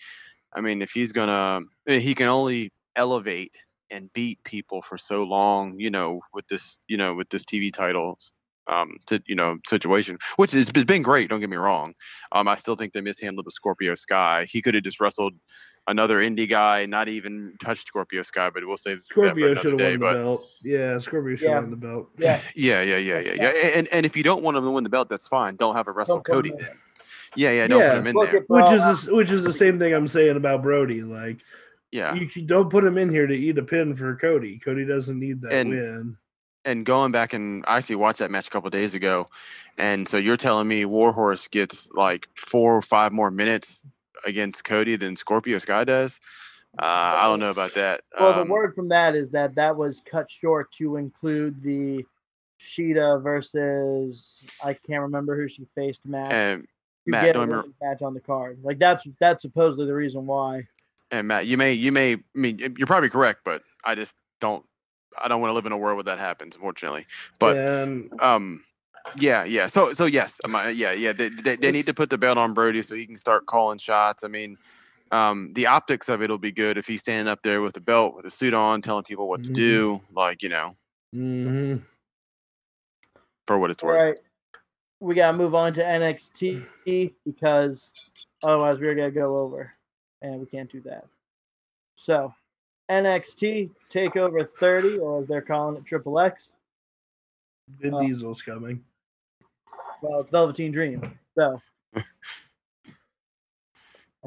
[SPEAKER 4] I mean, if he's gonna, I mean, he can only elevate and beat people for so long, you know, with this, you know, with this TV titles, um, to you know, situation, which has it's been great. Don't get me wrong. Um, I still think they mishandled the Scorpio Sky. He could have just wrestled another indie guy, not even touched Scorpio Sky, but we'll save that for
[SPEAKER 1] Scorpio
[SPEAKER 4] another
[SPEAKER 1] should have
[SPEAKER 4] day,
[SPEAKER 1] won the
[SPEAKER 4] but-
[SPEAKER 1] belt. Yeah, Scorpio should
[SPEAKER 3] Yeah.
[SPEAKER 1] have won the belt.
[SPEAKER 3] Yeah,
[SPEAKER 4] yeah, yeah, yeah, yeah, yeah. And and if you don't want him to win the belt, that's fine. Don't have a wrestle
[SPEAKER 3] Don't put him
[SPEAKER 4] Cody
[SPEAKER 3] in
[SPEAKER 4] then. Yeah, yeah, don't
[SPEAKER 1] Yeah,
[SPEAKER 4] put him in
[SPEAKER 3] Look
[SPEAKER 4] there.
[SPEAKER 3] at
[SPEAKER 1] Which
[SPEAKER 3] Raw.
[SPEAKER 1] is the, which is the same thing I'm saying about Brody. Like
[SPEAKER 4] Yeah.
[SPEAKER 1] you c- don't put him in here to eat a pin for Cody. Cody doesn't need that
[SPEAKER 4] And-
[SPEAKER 1] win.
[SPEAKER 4] And going back and I actually watched that match a couple days ago, and so you're telling me Warhorse gets like four or five more minutes against Cody than Scorpio Sky does. Uh, I don't know about that.
[SPEAKER 3] Well, the
[SPEAKER 4] Um,
[SPEAKER 3] word from that is that that was cut short to include the Sheeta versus I can't remember who she faced match.
[SPEAKER 4] and
[SPEAKER 3] to
[SPEAKER 4] Eh, Matt,
[SPEAKER 3] get a
[SPEAKER 4] don't remember-
[SPEAKER 3] women's match on the card. Like that's that's supposedly the reason why.
[SPEAKER 4] And Matt, you may, you may, I mean, y- you're probably correct, but I just don't, I don't want to live in a world where that happens, unfortunately. But
[SPEAKER 1] and
[SPEAKER 4] um, yeah, yeah. So, so yes, um, I- yeah, yeah. They, they, they need to put the belt on Brody so he can start calling shots. I mean, um, the optics of it will be good if he's standing up there with a belt, with a suit on, telling people what to
[SPEAKER 1] Mhm.
[SPEAKER 4] do, like you know,
[SPEAKER 1] mhm.
[SPEAKER 4] for what it's
[SPEAKER 3] All
[SPEAKER 4] worth.
[SPEAKER 3] right, we gotta move on to NXT because otherwise we're gonna go over, and we can't do that. So, NXT Takeover 30, or as they're calling it, Triple X.
[SPEAKER 1] Vin
[SPEAKER 3] Uh,
[SPEAKER 1] Diesel's coming.
[SPEAKER 3] Well, it's Velveteen Dream. So, and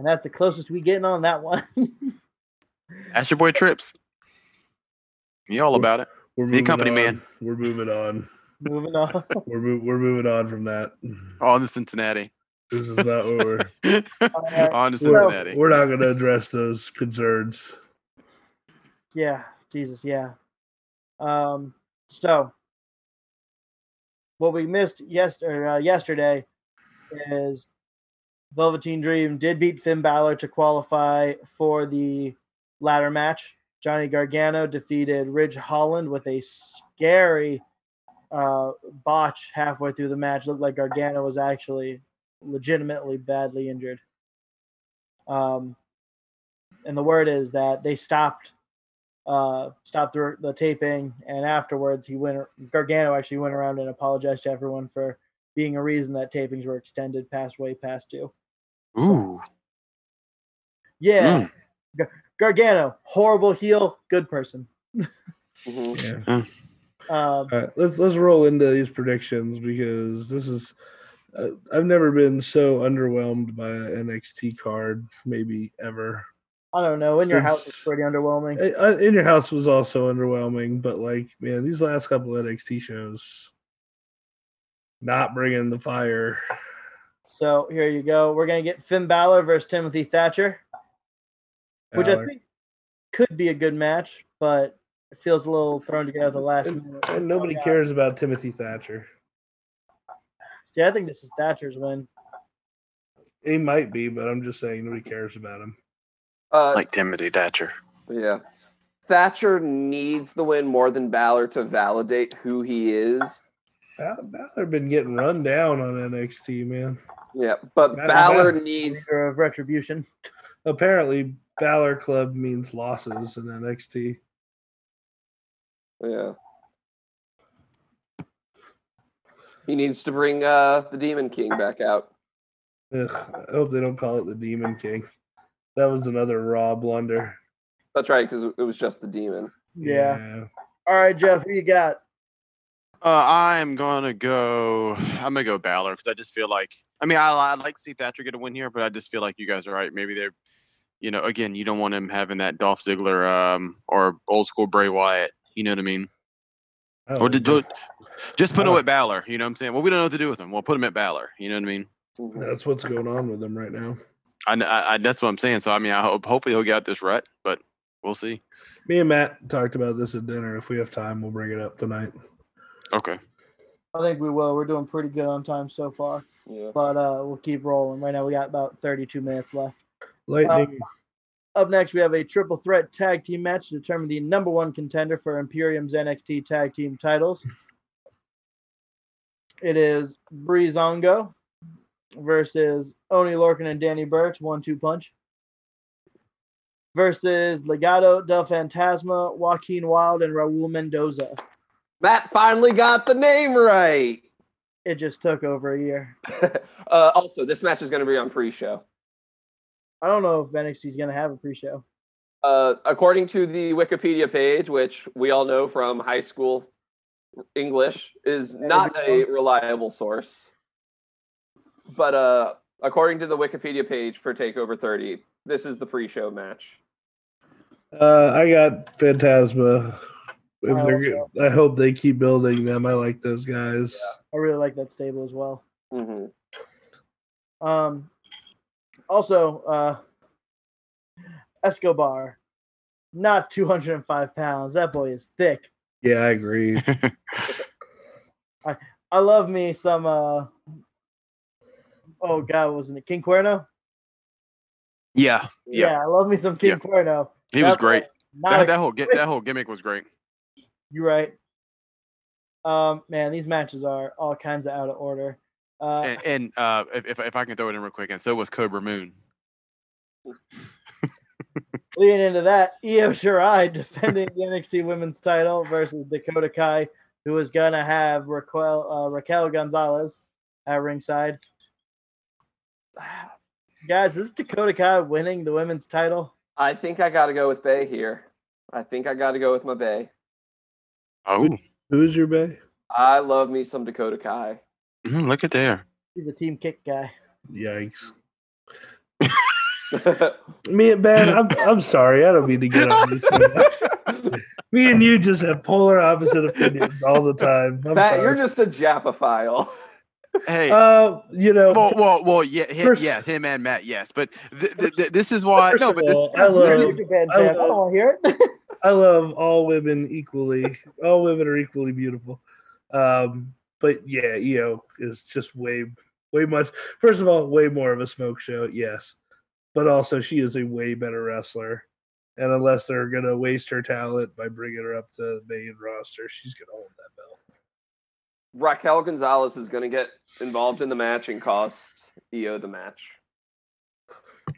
[SPEAKER 3] that's the closest we getting on that one.
[SPEAKER 4] That's your boy Trips. You all about it?
[SPEAKER 1] We're
[SPEAKER 4] The company
[SPEAKER 1] on.
[SPEAKER 4] man.
[SPEAKER 1] We're moving on.
[SPEAKER 3] Moving on.
[SPEAKER 1] We're mov- we're moving on from that.
[SPEAKER 4] On to Cincinnati.
[SPEAKER 1] This is not what we're
[SPEAKER 4] on
[SPEAKER 1] we're-
[SPEAKER 4] to Cincinnati.
[SPEAKER 1] We're not going to address those concerns.
[SPEAKER 3] Yeah, Jesus, yeah. Um, so what we missed yesterday, uh, yesterday is Velveteen Dream did beat Finn Balor to qualify for the ladder match. Johnny Gargano defeated Ridge Holland with a scary uh, botch halfway through the match. Looked like Gargano was actually legitimately badly injured. Um, and the word is that they stopped uh, stopped the, the taping, and afterwards he went. Gargano actually went around and apologized to everyone for being a reason that tapings were extended past way past due.
[SPEAKER 4] Ooh.
[SPEAKER 3] Yeah,
[SPEAKER 1] Hmm.
[SPEAKER 3] Gar- Gargano, horrible heel, good person.
[SPEAKER 2] Mhm.
[SPEAKER 1] Yeah.
[SPEAKER 3] Um,
[SPEAKER 1] All right, let's let's roll into these predictions because this is uh, I've never been so underwhelmed by an NXT card maybe ever.
[SPEAKER 3] I don't know. In your
[SPEAKER 1] Since-
[SPEAKER 3] house, it's pretty underwhelming.
[SPEAKER 1] I- I- In Your House was also underwhelming, but like man, these last couple NXT shows not bringing the fire.
[SPEAKER 3] So here you go. We're gonna get Finn Balor versus Timothy Thatcher, which I
[SPEAKER 1] Balor.
[SPEAKER 3] think could be a good match, but it feels a little thrown together at the last minute.
[SPEAKER 1] and nobody
[SPEAKER 3] Yeah.
[SPEAKER 1] cares about Timothy Thatcher.
[SPEAKER 3] See, I think this is Thatcher's win.
[SPEAKER 1] He might be, but I'm just saying nobody cares about him.
[SPEAKER 2] Uh,
[SPEAKER 4] Like Timothy Thatcher.
[SPEAKER 2] Yeah. Thatcher needs the win more than Balor to validate who he is.
[SPEAKER 1] Bal- Balor been getting run down on NXT, man.
[SPEAKER 2] Yeah, but
[SPEAKER 1] Matter of
[SPEAKER 2] Balor
[SPEAKER 1] fact-
[SPEAKER 2] needs
[SPEAKER 3] Leader of Retribution.
[SPEAKER 1] Apparently, Balor Club means losses in NXT.
[SPEAKER 2] yeah. He needs to bring uh the Demon King back out.
[SPEAKER 1] Ugh, I hope they don't call it the Demon King. That was another raw blunder.
[SPEAKER 2] That's right, because it was just the demon.
[SPEAKER 3] Yeah. All right, Jeff, who you got?
[SPEAKER 4] Uh, I'm gonna go. I'm gonna go Balor because I just feel like. I mean, I, I like to see Thatcher get a win here, but I just feel like you guys are right. Maybe they're, you know, again, you don't want him having that Dolph Ziggler um, or old school Bray Wyatt. You know what I mean?
[SPEAKER 1] I don't
[SPEAKER 4] Or Oh, did,
[SPEAKER 1] know.
[SPEAKER 4] just put him
[SPEAKER 1] Oh.
[SPEAKER 4] at Balor. You know what I'm saying? Well, we don't know what to do with him. Well, put him at Balor. You know what I mean?
[SPEAKER 2] Mhm.
[SPEAKER 1] Oh, That's what's going on with them right now.
[SPEAKER 4] I, kn- I, I that's what I'm saying. So I mean, I hope hopefully he'll get out this rut, but we'll see.
[SPEAKER 1] Me and Matt talked about this at dinner. If we have time, we'll bring it up tonight.
[SPEAKER 4] Okay.
[SPEAKER 3] I think we will. We're doing pretty good on time so far,
[SPEAKER 2] Yeah.
[SPEAKER 3] but uh, we'll keep rolling. Right now, we got about 32 minutes left. Uh,
[SPEAKER 1] Lightning,
[SPEAKER 3] Up next, we have a triple threat tag team match to determine the number one contender for Imperium's NXT tag team titles. It is Breezango versus Oni Lorcan and Danny Burch, one two punch, versus Legado del Fantasma, Joaquin Wild, and Raul Mendoza.
[SPEAKER 2] Matt finally got the name right.
[SPEAKER 3] It just took over a year.
[SPEAKER 2] uh, also, this match is going to be on pre-show.
[SPEAKER 3] I don't know if NXT's going to have a pre show.
[SPEAKER 2] Uh, according to the Wikipedia page, which we all know from high school English, is not a reliable source. But uh, according to the Wikipedia page for Takeover 30, this is the pre-show match.
[SPEAKER 1] uh, I got Phantasma. If
[SPEAKER 3] I
[SPEAKER 1] they're,
[SPEAKER 3] hope
[SPEAKER 1] good- I hope they keep building them. I like those guys.
[SPEAKER 3] I really like that stable as well.
[SPEAKER 2] hmm
[SPEAKER 3] Um, also, uh, Escobar, not 205 pounds. That boy is thick.
[SPEAKER 1] Yeah, I agree.
[SPEAKER 3] I love me some. Uh, oh God, wasn't it King Cuerno?
[SPEAKER 4] Yeah,
[SPEAKER 2] Yeah.
[SPEAKER 3] I love me some King
[SPEAKER 4] Yeah.
[SPEAKER 3] Cuerno.
[SPEAKER 4] he was
[SPEAKER 3] That boy-
[SPEAKER 4] great.
[SPEAKER 3] Not
[SPEAKER 4] That,
[SPEAKER 3] a-
[SPEAKER 4] that whole gi- that whole gimmick was great.
[SPEAKER 3] you're right. Um, man, these matches are all kinds of out of order. Uh,
[SPEAKER 4] And, and uh, if if- if I can throw it in real quick, and so was Cobra Moon.
[SPEAKER 3] leading into that, Io Shirai defending the NXT Women's Title versus Dakota Kai, who is gonna have Raquel uh, Raquel Gonzalez at ringside. Guys, is Dakota Kai winning the women's title?
[SPEAKER 2] I think I got to go with Bay here. I think I got to go with my Bay.
[SPEAKER 4] Oh,
[SPEAKER 1] Who's your bay?
[SPEAKER 2] I love me some Dakota Kai.
[SPEAKER 4] mm, look at there.
[SPEAKER 3] He's a team kick guy.
[SPEAKER 1] Yikes. Me and Ben, I'm I'm sorry. I don't mean to get on you. so much. Me and you just have polar opposite opinions all the time. I'm
[SPEAKER 2] Matt,
[SPEAKER 1] sorry.
[SPEAKER 2] you're just a Japophile.
[SPEAKER 4] Hey,
[SPEAKER 1] Uh, you know,
[SPEAKER 4] well, well, well, yeah, hi-
[SPEAKER 1] first-
[SPEAKER 4] yes, him and Matt, yes, but th- th- th- this is why.
[SPEAKER 1] First
[SPEAKER 4] No,
[SPEAKER 1] of
[SPEAKER 4] but this,
[SPEAKER 1] all, I love-
[SPEAKER 4] this is
[SPEAKER 1] I
[SPEAKER 3] I don't
[SPEAKER 1] love-
[SPEAKER 3] want to hear it.
[SPEAKER 1] I love all women equally. All women are equally beautiful. Um, But yeah, EO is just way, way much. First of all, way more of a smoke show, yes. But also, she is a way better wrestler. And unless they're going to waste her talent by bringing her up to the main roster, she's going to hold that belt.
[SPEAKER 2] Raquel Gonzalez is going to get involved in the match and cost EO the match.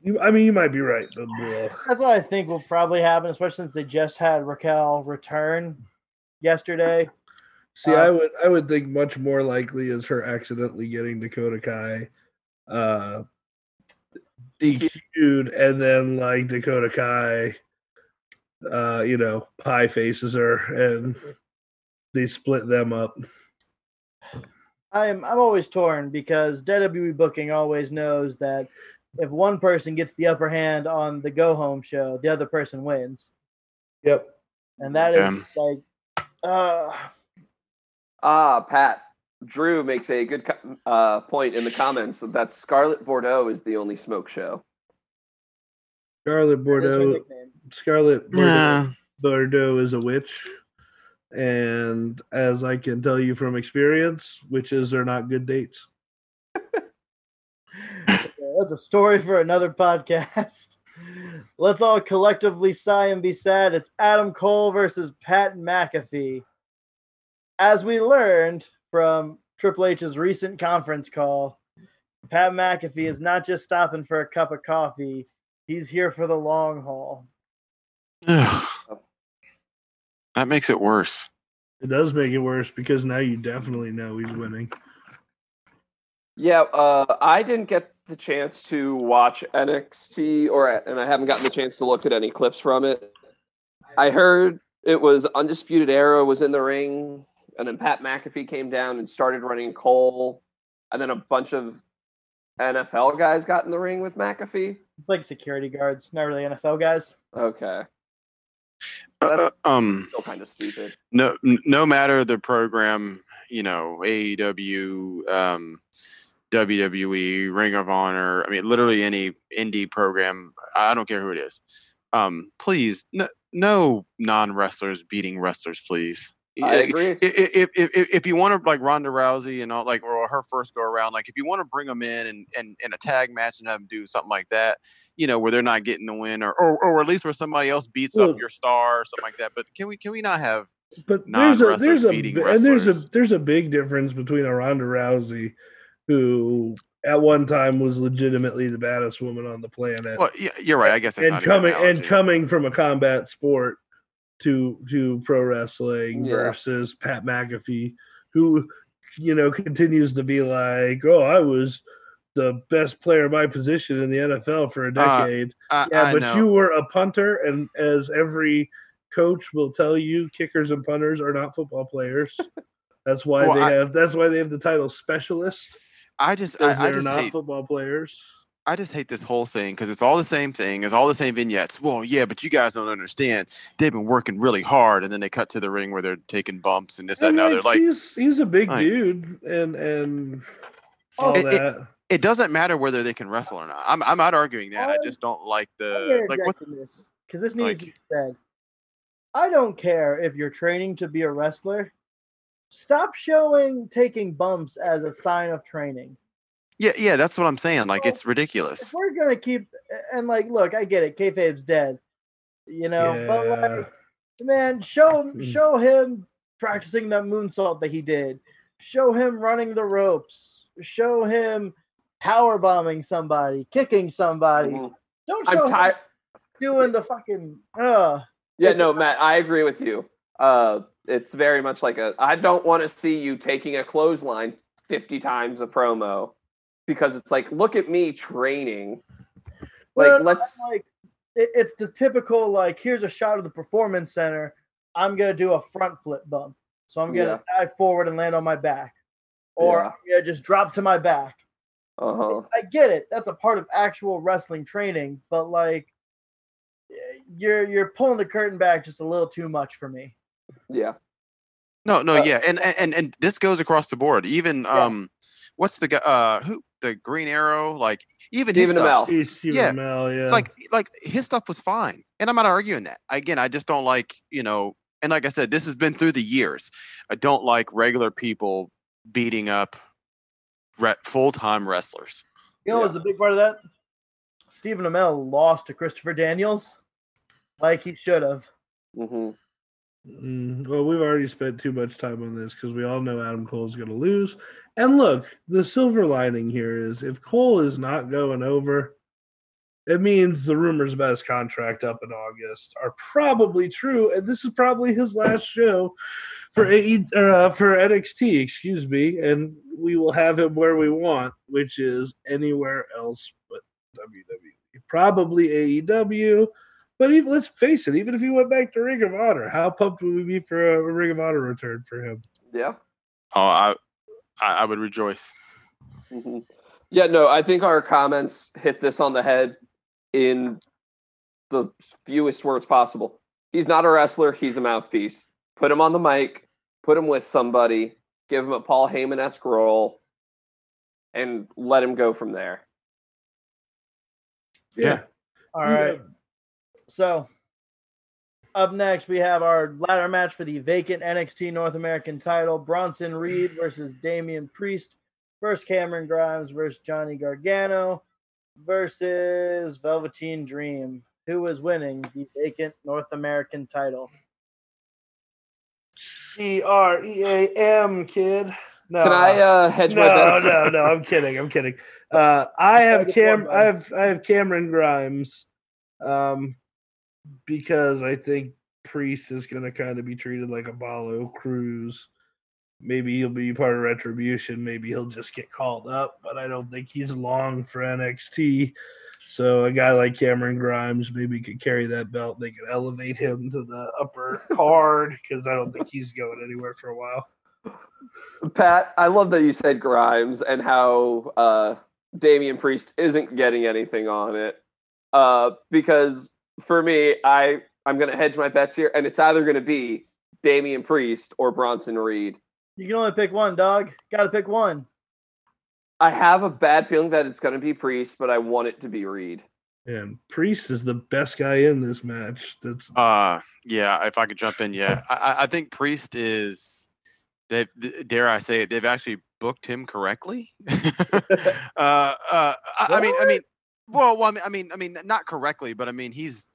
[SPEAKER 1] You, I mean, you might be right, but uh,
[SPEAKER 3] That's what I think will probably happen, especially since they just had Raquel return yesterday.
[SPEAKER 1] see,
[SPEAKER 3] Uh,
[SPEAKER 1] I would, I would think much more likely is her accidentally getting Dakota Kai uh, DQ'd, and then like Dakota Kai, uh, you know, pie faces her, and they split them up.
[SPEAKER 3] I'm I'm always torn because WWE booking always knows that if one person gets the upper hand on the go home show, the other person wins,
[SPEAKER 1] Yep.
[SPEAKER 3] and that is
[SPEAKER 4] Um.
[SPEAKER 3] like, uh,
[SPEAKER 2] Ah, Pat. Drew makes a good co- uh, point in the comments that Scarlet Bordeaux is the only smoke show.
[SPEAKER 1] Scarlet
[SPEAKER 3] what is her
[SPEAKER 1] Bordeaux.
[SPEAKER 3] nickname?
[SPEAKER 1] Scarlet Bordeaux,
[SPEAKER 4] Nah.
[SPEAKER 1] Bordeaux is a witch, and as I can tell you from experience, witches are not good dates.
[SPEAKER 3] Yeah, that's a story for another podcast. Let's all collectively sigh and be sad. It's Adam Cole versus Pat McAfee. As we learned from Triple H's recent conference call, Pat McAfee is not just stopping for a cup of coffee, he's here for the long haul.
[SPEAKER 4] Ugh. that makes it worse.
[SPEAKER 1] It does make it worse because now you definitely know he's winning.
[SPEAKER 2] Yeah, uh, I didn't get the chance to watch NXT, or and I haven't gotten the chance to look at any clips from it. I heard it was Undisputed Era was in the ring, and then Pat McAfee came down and started running Cole, and then a bunch of NFL guys got in the ring with McAfee.
[SPEAKER 3] It's like security guards, not really NFL guys.
[SPEAKER 2] Okay,
[SPEAKER 4] Uh, um,
[SPEAKER 2] still kind of stupid.
[SPEAKER 4] no, n- no matter the program, you know, AEW, um, WWE, Ring of Honor. I mean, literally any indie program. I don't care who it is. Um, please, no, no non wrestlers beating wrestlers, please.
[SPEAKER 2] I agree.
[SPEAKER 4] if if if, if you want to like Ronda Rousey and all like or her first go around, like if you want to bring them in and and in a tag match and have them do something like that, you know, where they're not getting the win or or, or at least where somebody else beats
[SPEAKER 1] Well-
[SPEAKER 4] up your star or something like that. But can we can we not have
[SPEAKER 1] But there's a
[SPEAKER 4] Non-wrestlers
[SPEAKER 1] there's a
[SPEAKER 4] beating
[SPEAKER 1] bi- and there's a
[SPEAKER 4] wrestlers.
[SPEAKER 1] there's a big difference between a Ronda Rousey, who at one time was legitimately the baddest woman on the planet,
[SPEAKER 4] well yeah, you're right, I guess that's
[SPEAKER 1] and
[SPEAKER 4] not a good
[SPEAKER 1] coming and
[SPEAKER 4] analogy.
[SPEAKER 1] coming from a combat sport to to pro wrestling
[SPEAKER 2] Yeah.
[SPEAKER 1] versus Pat McAfee, who you know continues to be like, oh, I was the best player in my position in the NFL for a
[SPEAKER 4] Uh,
[SPEAKER 1] decade.
[SPEAKER 4] I-
[SPEAKER 1] Yeah,
[SPEAKER 4] I
[SPEAKER 1] but
[SPEAKER 4] know.
[SPEAKER 1] you were a punter, and as every coach will tell you, kickers and punters are not football players. That's why
[SPEAKER 4] Well,
[SPEAKER 1] they
[SPEAKER 4] I-
[SPEAKER 1] have. That's why they have the title specialist.
[SPEAKER 4] I just
[SPEAKER 1] Because
[SPEAKER 4] I, I
[SPEAKER 1] they're
[SPEAKER 4] just
[SPEAKER 1] not
[SPEAKER 4] hate,
[SPEAKER 1] football players.
[SPEAKER 4] I just hate this whole thing because it's all the same thing. It's all the same vignettes. Well, yeah, but you guys don't understand. They've been working really hard, and then they cut to the ring where they're taking bumps and this, that,
[SPEAKER 1] And,
[SPEAKER 4] and the other.
[SPEAKER 1] like,
[SPEAKER 4] Like
[SPEAKER 1] he's he's a big
[SPEAKER 4] like-
[SPEAKER 1] dude, and and
[SPEAKER 3] Oh,
[SPEAKER 1] all
[SPEAKER 4] It- it-
[SPEAKER 1] that.
[SPEAKER 4] it doesn't matter whether they can wrestle or not. I'm I'm not arguing that. I
[SPEAKER 1] Oh,
[SPEAKER 3] I-
[SPEAKER 4] just don't like
[SPEAKER 3] I'm
[SPEAKER 4] the
[SPEAKER 3] gonna
[SPEAKER 4] like
[SPEAKER 3] object
[SPEAKER 4] what.
[SPEAKER 3] to this because this needs to
[SPEAKER 4] like-
[SPEAKER 3] be said. I don't care if you're training to be a wrestler. Stop showing taking bumps as a sign of training.
[SPEAKER 4] Yeah, yeah, that's what I'm saying. Like it's
[SPEAKER 3] If
[SPEAKER 4] ridiculous.
[SPEAKER 3] we're gonna keep and like, look, I get it. Kayfabe's dead, you know. But like, man, show
[SPEAKER 1] Mm.
[SPEAKER 3] show him practicing that moonsault that he did. Show him running the ropes. Show him power bombing somebody, kicking somebody.
[SPEAKER 2] Mhm.
[SPEAKER 3] Don't show
[SPEAKER 2] I'm
[SPEAKER 3] him
[SPEAKER 2] tired.
[SPEAKER 3] doing the fucking. Uh,
[SPEAKER 2] Yeah,
[SPEAKER 3] It's-
[SPEAKER 2] no, Matt, I agree with you. Uh, it's very much like a. I don't want to see you taking a clothesline fifty times a promo because it's like, look at me training. Like,
[SPEAKER 3] Well,
[SPEAKER 2] let's.
[SPEAKER 3] like it, it's the typical like here's a shot of the performance center i'm gonna do a front flip bump so i'm gonna dive forward and land on my back or
[SPEAKER 2] Yeah.
[SPEAKER 3] i'm gonna just drop to my back
[SPEAKER 2] uh huh.
[SPEAKER 3] i get it that's a part of actual wrestling training but like y- you're you're pulling the curtain back just a little too much for me
[SPEAKER 2] Yeah.
[SPEAKER 4] No, no,
[SPEAKER 2] Uh,
[SPEAKER 4] yeah, and and and- and this goes across the board. Even
[SPEAKER 3] Yeah.
[SPEAKER 4] um, what's the guy? Uh, who the Green Arrow? Like even his
[SPEAKER 2] Stephen
[SPEAKER 4] stuff-
[SPEAKER 2] Amell.
[SPEAKER 1] He's Stephen
[SPEAKER 4] yeah,
[SPEAKER 1] Amell, yeah.
[SPEAKER 4] like e, like his stuff was fine and i'm not arguing that again i just don't like you know and like i said this has been through the years i don't like regular people beating up re- full-time wrestlers.
[SPEAKER 3] You know, what was the big part of that? Stephen Amell lost to Christopher Daniels, like he should have.
[SPEAKER 2] hmm
[SPEAKER 1] Mm, well, we've already spent too much time on this because we all know Adam Cole's going to lose. And look, the silver lining here is if Cole is not going over, it means the rumors about his contract up in August are probably true, and this is probably his last show for AE, or, uh, for NXT, excuse me. And we will have him where we want, which is anywhere else but WWE, probably E AEW. But even let's face it, even if he went back to Ring of Honor, how pumped would we be for a Ring of Honor return for him?
[SPEAKER 2] Yeah.
[SPEAKER 4] Oh, I I, I would rejoice.
[SPEAKER 2] hmm Yeah, no, I think our comments hit this on the head in the fewest words possible. He's not a wrestler, he's a mouthpiece. Put him on the mic, put him with somebody, give him a Paul Heyman esque role, and let him go from there.
[SPEAKER 4] Yeah.
[SPEAKER 3] All right. So, up next, we have our ladder match for the vacant NXT North American title Bronson Reed versus Damian Priest versus Cameron Grimes versus Johnny Gargano versus Velveteen Dream. Who is winning the vacant North American title?
[SPEAKER 1] E R E A M, kid. No,
[SPEAKER 2] Can I uh, hedge my
[SPEAKER 1] no,
[SPEAKER 2] bets?
[SPEAKER 1] no, no. I'm kidding. I'm kidding. Uh, I have
[SPEAKER 3] Just
[SPEAKER 1] Cam.
[SPEAKER 3] one
[SPEAKER 1] I have I have Cameron Grimes, um, because I think Priest is going to kind of be treated like Apollo Cruz. Maybe he'll be part of Retribution. Maybe he'll just get called up. But I don't think he's long for NXT. So a guy like Cameron Grimes maybe could carry that belt. They could elevate him to the upper card because I don't think he's going anywhere for a while.
[SPEAKER 2] Pat, I love that you said Grimes and how uh, Damian Priest isn't getting anything on it. Uh, because for me, I I'm gonna hedge my bets here, and it's either gonna be Damian Priest or Bronson Reed.
[SPEAKER 3] You can only pick one, dog. Got to pick one.
[SPEAKER 2] I have a bad feeling that it's gonna be Priest, but I want it to be Reed.
[SPEAKER 1] And Priest is the best guy in this match. That's
[SPEAKER 4] Uh yeah, if I could jump in, yeah. I- I, I think Priest is they dare I say it, they've actually booked him correctly. uh, uh I, I mean I mean well, well I mean I mean I mean not correctly, but I mean he's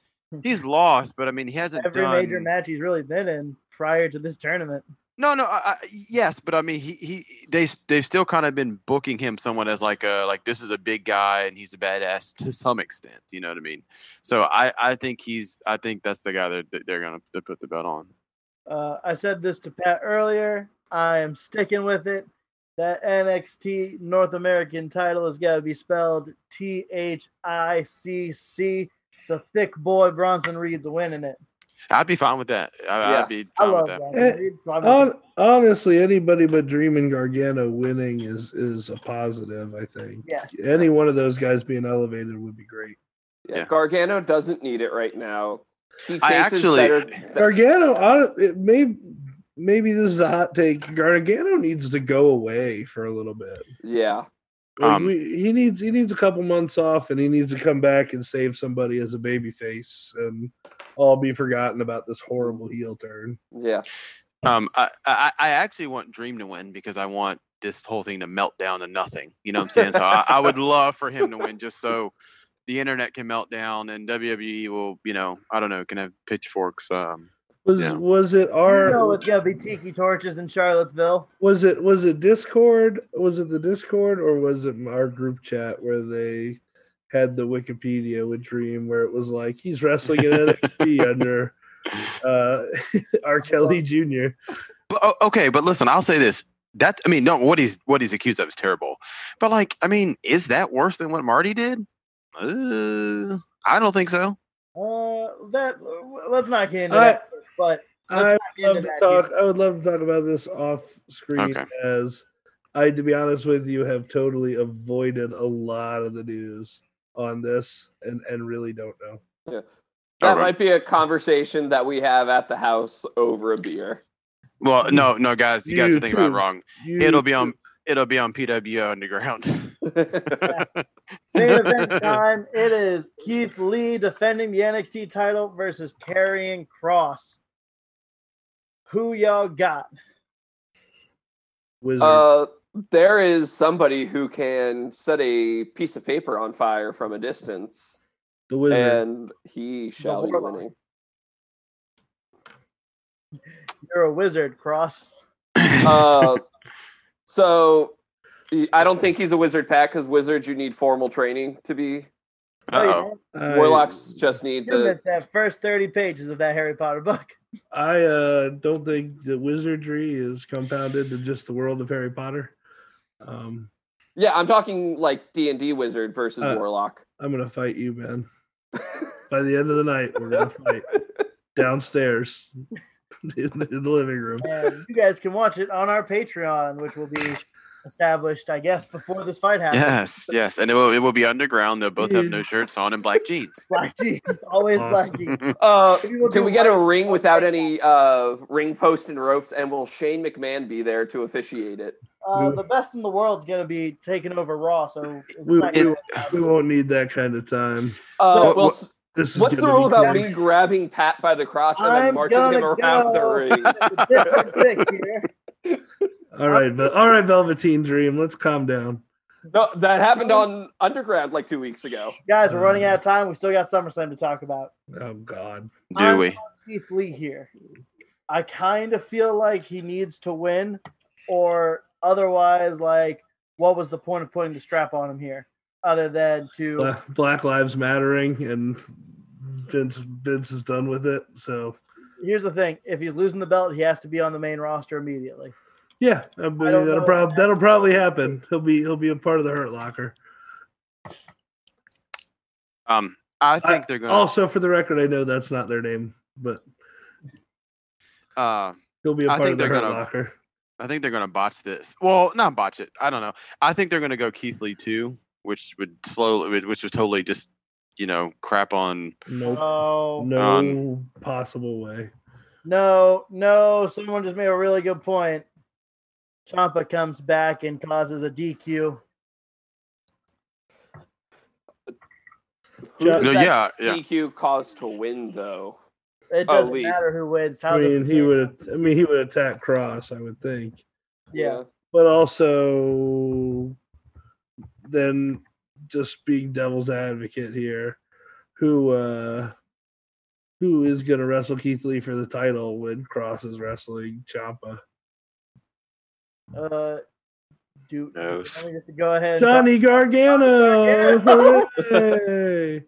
[SPEAKER 4] he's lost, but I mean he hasn't
[SPEAKER 3] Hmm. Every
[SPEAKER 4] done
[SPEAKER 3] major match he's really been in prior to this tournament.
[SPEAKER 4] No, no, I, I, yes, but I mean, he, he they s- they've still kind of been booking him somewhat as like a like this is a big guy and he's a badass to some extent. You know what I mean? So I I think he's I think that's the guy that that they're gonna to put the belt on.
[SPEAKER 3] Uh, I said this to Pat earlier. I am sticking with it. That NXT North American title has got to be spelled T H I C C. The thick boy Bronson Reed's winning it.
[SPEAKER 4] I'd be fine with that. I,
[SPEAKER 2] Yeah,
[SPEAKER 4] I'd be
[SPEAKER 3] I
[SPEAKER 4] fine with
[SPEAKER 3] love
[SPEAKER 4] that.
[SPEAKER 1] Eh,
[SPEAKER 3] Bronson Reed. So I'm with it.
[SPEAKER 1] hon- honestly anybody but Dream and Gargano winning is is a positive. I think
[SPEAKER 3] yes.
[SPEAKER 1] any one of those guys being elevated would be great.
[SPEAKER 2] Yeah.
[SPEAKER 4] Yeah.
[SPEAKER 2] Gargano doesn't need it right now. He chases
[SPEAKER 4] I actually-
[SPEAKER 2] better.
[SPEAKER 1] Gargano, hon- it may maybe this is a hot take. Gargano needs to go away for a little bit.
[SPEAKER 2] yeah,
[SPEAKER 1] Like,
[SPEAKER 4] Um,
[SPEAKER 1] we, he needs he needs a couple months off, and he needs to come back and save somebody as a baby face, and all be forgotten about this horrible heel turn.
[SPEAKER 2] yeah.
[SPEAKER 4] Um, I, I I actually want Dream to win because I want this whole thing to melt down to nothing. You know what I'm saying? So I, I would love for him to win just so the internet can melt down and WWE will you know I don't know can have pitchforks. Um,
[SPEAKER 1] Was
[SPEAKER 4] Yeah.
[SPEAKER 1] was it our
[SPEAKER 3] You know it's gonna be tiki torches in Charlottesville.
[SPEAKER 1] was it was it discord was it the discord or was it our group chat where they had the wikipedia with dream where it was like he's wrestling in nxt under uh r kelly jr
[SPEAKER 4] But, o- okay, but listen, I'll say this. That I mean, no, what he's what he's accused of is terrible. But like, I mean, is that worse than what Marty did? Uh, I don't think so.
[SPEAKER 3] Uh, that let's not get into
[SPEAKER 1] I-
[SPEAKER 3] that. But
[SPEAKER 1] i
[SPEAKER 3] let's
[SPEAKER 1] would
[SPEAKER 3] not get into
[SPEAKER 1] love to
[SPEAKER 3] that.
[SPEAKER 1] talk
[SPEAKER 3] here.
[SPEAKER 1] i would love to talk about this off screen
[SPEAKER 4] Okay.
[SPEAKER 1] as i to be honest with you have totally avoided a lot of the news on this and and really don't know
[SPEAKER 2] That
[SPEAKER 4] Okay.
[SPEAKER 2] might be a conversation that we have at the house over a beer.
[SPEAKER 4] Well, no, no, guys, you guys are thinking about it
[SPEAKER 1] YouTube.
[SPEAKER 4] wrong.
[SPEAKER 1] You-
[SPEAKER 4] It'll be on it'll be on PWO underground.
[SPEAKER 3] Main event time. It is Keith Lee defending the NXT title versus Carrying Cross. Who y'all got?
[SPEAKER 1] Wizard.
[SPEAKER 2] Uh, there is somebody who can set a piece of paper on fire from a distance,
[SPEAKER 1] the wizard.
[SPEAKER 2] and he shall be
[SPEAKER 3] warlock.
[SPEAKER 2] winning.
[SPEAKER 3] You're a wizard, Cross.
[SPEAKER 2] Uh, so y- I don't think he's a wizard pack because wizards you need formal training to be.
[SPEAKER 3] Oh, you
[SPEAKER 4] Uh-oh.
[SPEAKER 3] didn't-
[SPEAKER 1] I-
[SPEAKER 2] Warlocks just need
[SPEAKER 3] You
[SPEAKER 2] the.
[SPEAKER 3] missed that first 30 pages of that Harry Potter book.
[SPEAKER 1] I uh, don't think that wizardry is compounded to just the world of Harry Potter. Um,
[SPEAKER 2] Yeah, I'm talking like D and D wizard versus
[SPEAKER 1] Uh,
[SPEAKER 2] warlock.
[SPEAKER 1] I'm gonna fight you, man. By the end of the night, we're gonna fight downstairs in the, in the living room.
[SPEAKER 3] And you guys can watch it on our Patreon, which will be established, I guess, before this fight happens.
[SPEAKER 4] Yes, yes, and it will it will be underground. They'll both have
[SPEAKER 1] Yeah.
[SPEAKER 4] no shirts on and black jeans.
[SPEAKER 3] Black jeans, always black jeans.
[SPEAKER 2] Uh,
[SPEAKER 3] Maybe we'll
[SPEAKER 2] can
[SPEAKER 3] do
[SPEAKER 2] we get a
[SPEAKER 3] white-
[SPEAKER 2] ring without any uh, ring posts and ropes? And will Shane McMahon be there to officiate it?
[SPEAKER 3] Uh, the best in the world's gonna be taking over Raw, so it's
[SPEAKER 1] We,
[SPEAKER 3] not
[SPEAKER 1] we,
[SPEAKER 3] gonna-
[SPEAKER 1] won't- we won't need that kind of time.
[SPEAKER 2] Uh,
[SPEAKER 4] What-
[SPEAKER 2] well,
[SPEAKER 4] what-
[SPEAKER 2] s-
[SPEAKER 1] This is
[SPEAKER 2] what's the
[SPEAKER 1] gonna
[SPEAKER 2] rule
[SPEAKER 1] be
[SPEAKER 2] about
[SPEAKER 1] crazy.
[SPEAKER 2] me grabbing Pat by the crotch and
[SPEAKER 3] I'm
[SPEAKER 2] then marching him
[SPEAKER 3] gonna
[SPEAKER 2] around
[SPEAKER 3] go.
[SPEAKER 2] the ring?
[SPEAKER 3] it's a different dick here.
[SPEAKER 1] All right, but all right, Velveteen Dream. Let's calm down.
[SPEAKER 2] No, that happened on Underground like two weeks ago.
[SPEAKER 3] Guys, we're running out
[SPEAKER 1] Um,
[SPEAKER 3] of time. We still got SummerSlam to talk about.
[SPEAKER 1] Oh God,
[SPEAKER 4] Do we?
[SPEAKER 3] Keith Lee here. I kind of feel like he needs to win, or otherwise, like, what was the point of putting the strap on him here, other than to
[SPEAKER 1] Bla- Black Lives Mattering, and Vince Vince is done with it. So
[SPEAKER 3] Here's the thing: if he's losing the belt, he has to be on the main roster immediately.
[SPEAKER 1] yeah, I mean,
[SPEAKER 3] don't
[SPEAKER 1] that'll
[SPEAKER 3] know.
[SPEAKER 1] probably that'll probably happen. He'll be he'll be a part of the Hurt Locker.
[SPEAKER 4] Um, I think they're gonna.
[SPEAKER 1] Also, for the record, I know that's not their name, but
[SPEAKER 4] uh,
[SPEAKER 1] he'll be a
[SPEAKER 4] I
[SPEAKER 1] part
[SPEAKER 4] think
[SPEAKER 1] of the
[SPEAKER 4] they're
[SPEAKER 1] Hurt
[SPEAKER 4] gonna-
[SPEAKER 1] Locker.
[SPEAKER 4] I think they're gonna botch this. Well, not botch it. I don't know. I think they're gonna go Keith Lee too, which would slowly, which was totally just you know crap on.
[SPEAKER 1] Nope.
[SPEAKER 3] Oh no,
[SPEAKER 1] no possible way.
[SPEAKER 3] no, Someone just made a really good point. Champa comes back and causes a DQ.
[SPEAKER 2] Who does
[SPEAKER 4] No,
[SPEAKER 2] that
[SPEAKER 4] yeah, yeah.
[SPEAKER 2] DQ cause to win though?
[SPEAKER 3] It
[SPEAKER 2] Oh,
[SPEAKER 3] doesn't
[SPEAKER 2] Lee.
[SPEAKER 3] matter who wins.
[SPEAKER 1] I
[SPEAKER 3] Tyler
[SPEAKER 1] mean,
[SPEAKER 3] doesn't
[SPEAKER 1] he
[SPEAKER 3] care.
[SPEAKER 1] would. I mean, he would attack Cross. I would think.
[SPEAKER 3] Yeah.
[SPEAKER 1] but also then just being devil's advocate here who uh who is going to wrestle Keith Lee for the title when Cross is wrestling Champa?
[SPEAKER 3] Uh, do let
[SPEAKER 4] No.
[SPEAKER 3] me just go ahead. and talk-
[SPEAKER 1] Johnny Gargano!
[SPEAKER 3] Gargano!
[SPEAKER 1] Hooray!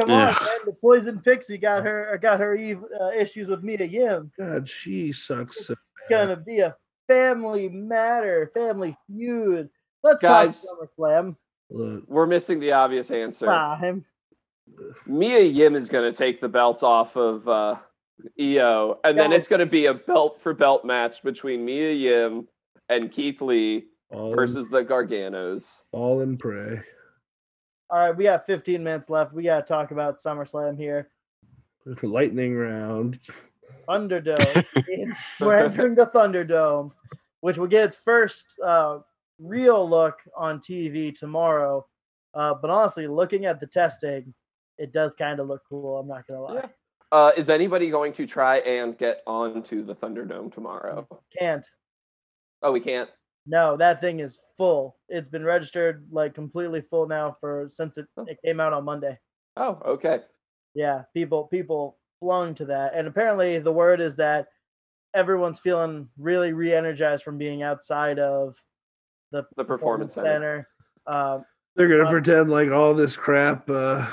[SPEAKER 3] Come on,
[SPEAKER 4] Yeah.
[SPEAKER 3] man, the poison pixie got her or got her eve, uh, issues with Mia Yim.
[SPEAKER 1] God, she sucks. So
[SPEAKER 3] Gonna be a family matter, family feud. Let's
[SPEAKER 2] Guys.
[SPEAKER 3] talk SummerSlam.
[SPEAKER 1] look,
[SPEAKER 2] We're missing the obvious answer.
[SPEAKER 3] Time.
[SPEAKER 2] Mia Yim is going to take the belt off of uh, EO, and then
[SPEAKER 3] Yeah.
[SPEAKER 2] it's going to be a belt for belt match between Mia Yim and Keith Lee
[SPEAKER 1] all, in,
[SPEAKER 2] versus the Garganos.
[SPEAKER 1] all in prey.
[SPEAKER 3] All right, we got 15 minutes left. We got to talk about SummerSlam here.
[SPEAKER 1] Lightning round.
[SPEAKER 3] Thunderdome. We're entering the Thunderdome, which will get its first uh, real look on TV tomorrow. Uh, but honestly, looking at the testing, it does kind of look cool. I'm not gonna lie.
[SPEAKER 2] Yeah. Uh, is anybody going to try and get onto the Thunderdome tomorrow?
[SPEAKER 3] Can't.
[SPEAKER 2] Oh, we can't.
[SPEAKER 3] No, that thing is full. It's been registered like completely full now for since it,
[SPEAKER 2] Oh.
[SPEAKER 3] it came out on Monday.
[SPEAKER 2] Oh, okay.
[SPEAKER 3] Yeah, people people flung to that, and apparently the word is that everyone's feeling really re-energized from being outside of the
[SPEAKER 2] The performance center.
[SPEAKER 3] center. Um,
[SPEAKER 1] They're going to
[SPEAKER 3] Uh,
[SPEAKER 1] pretend like all this crap, uh,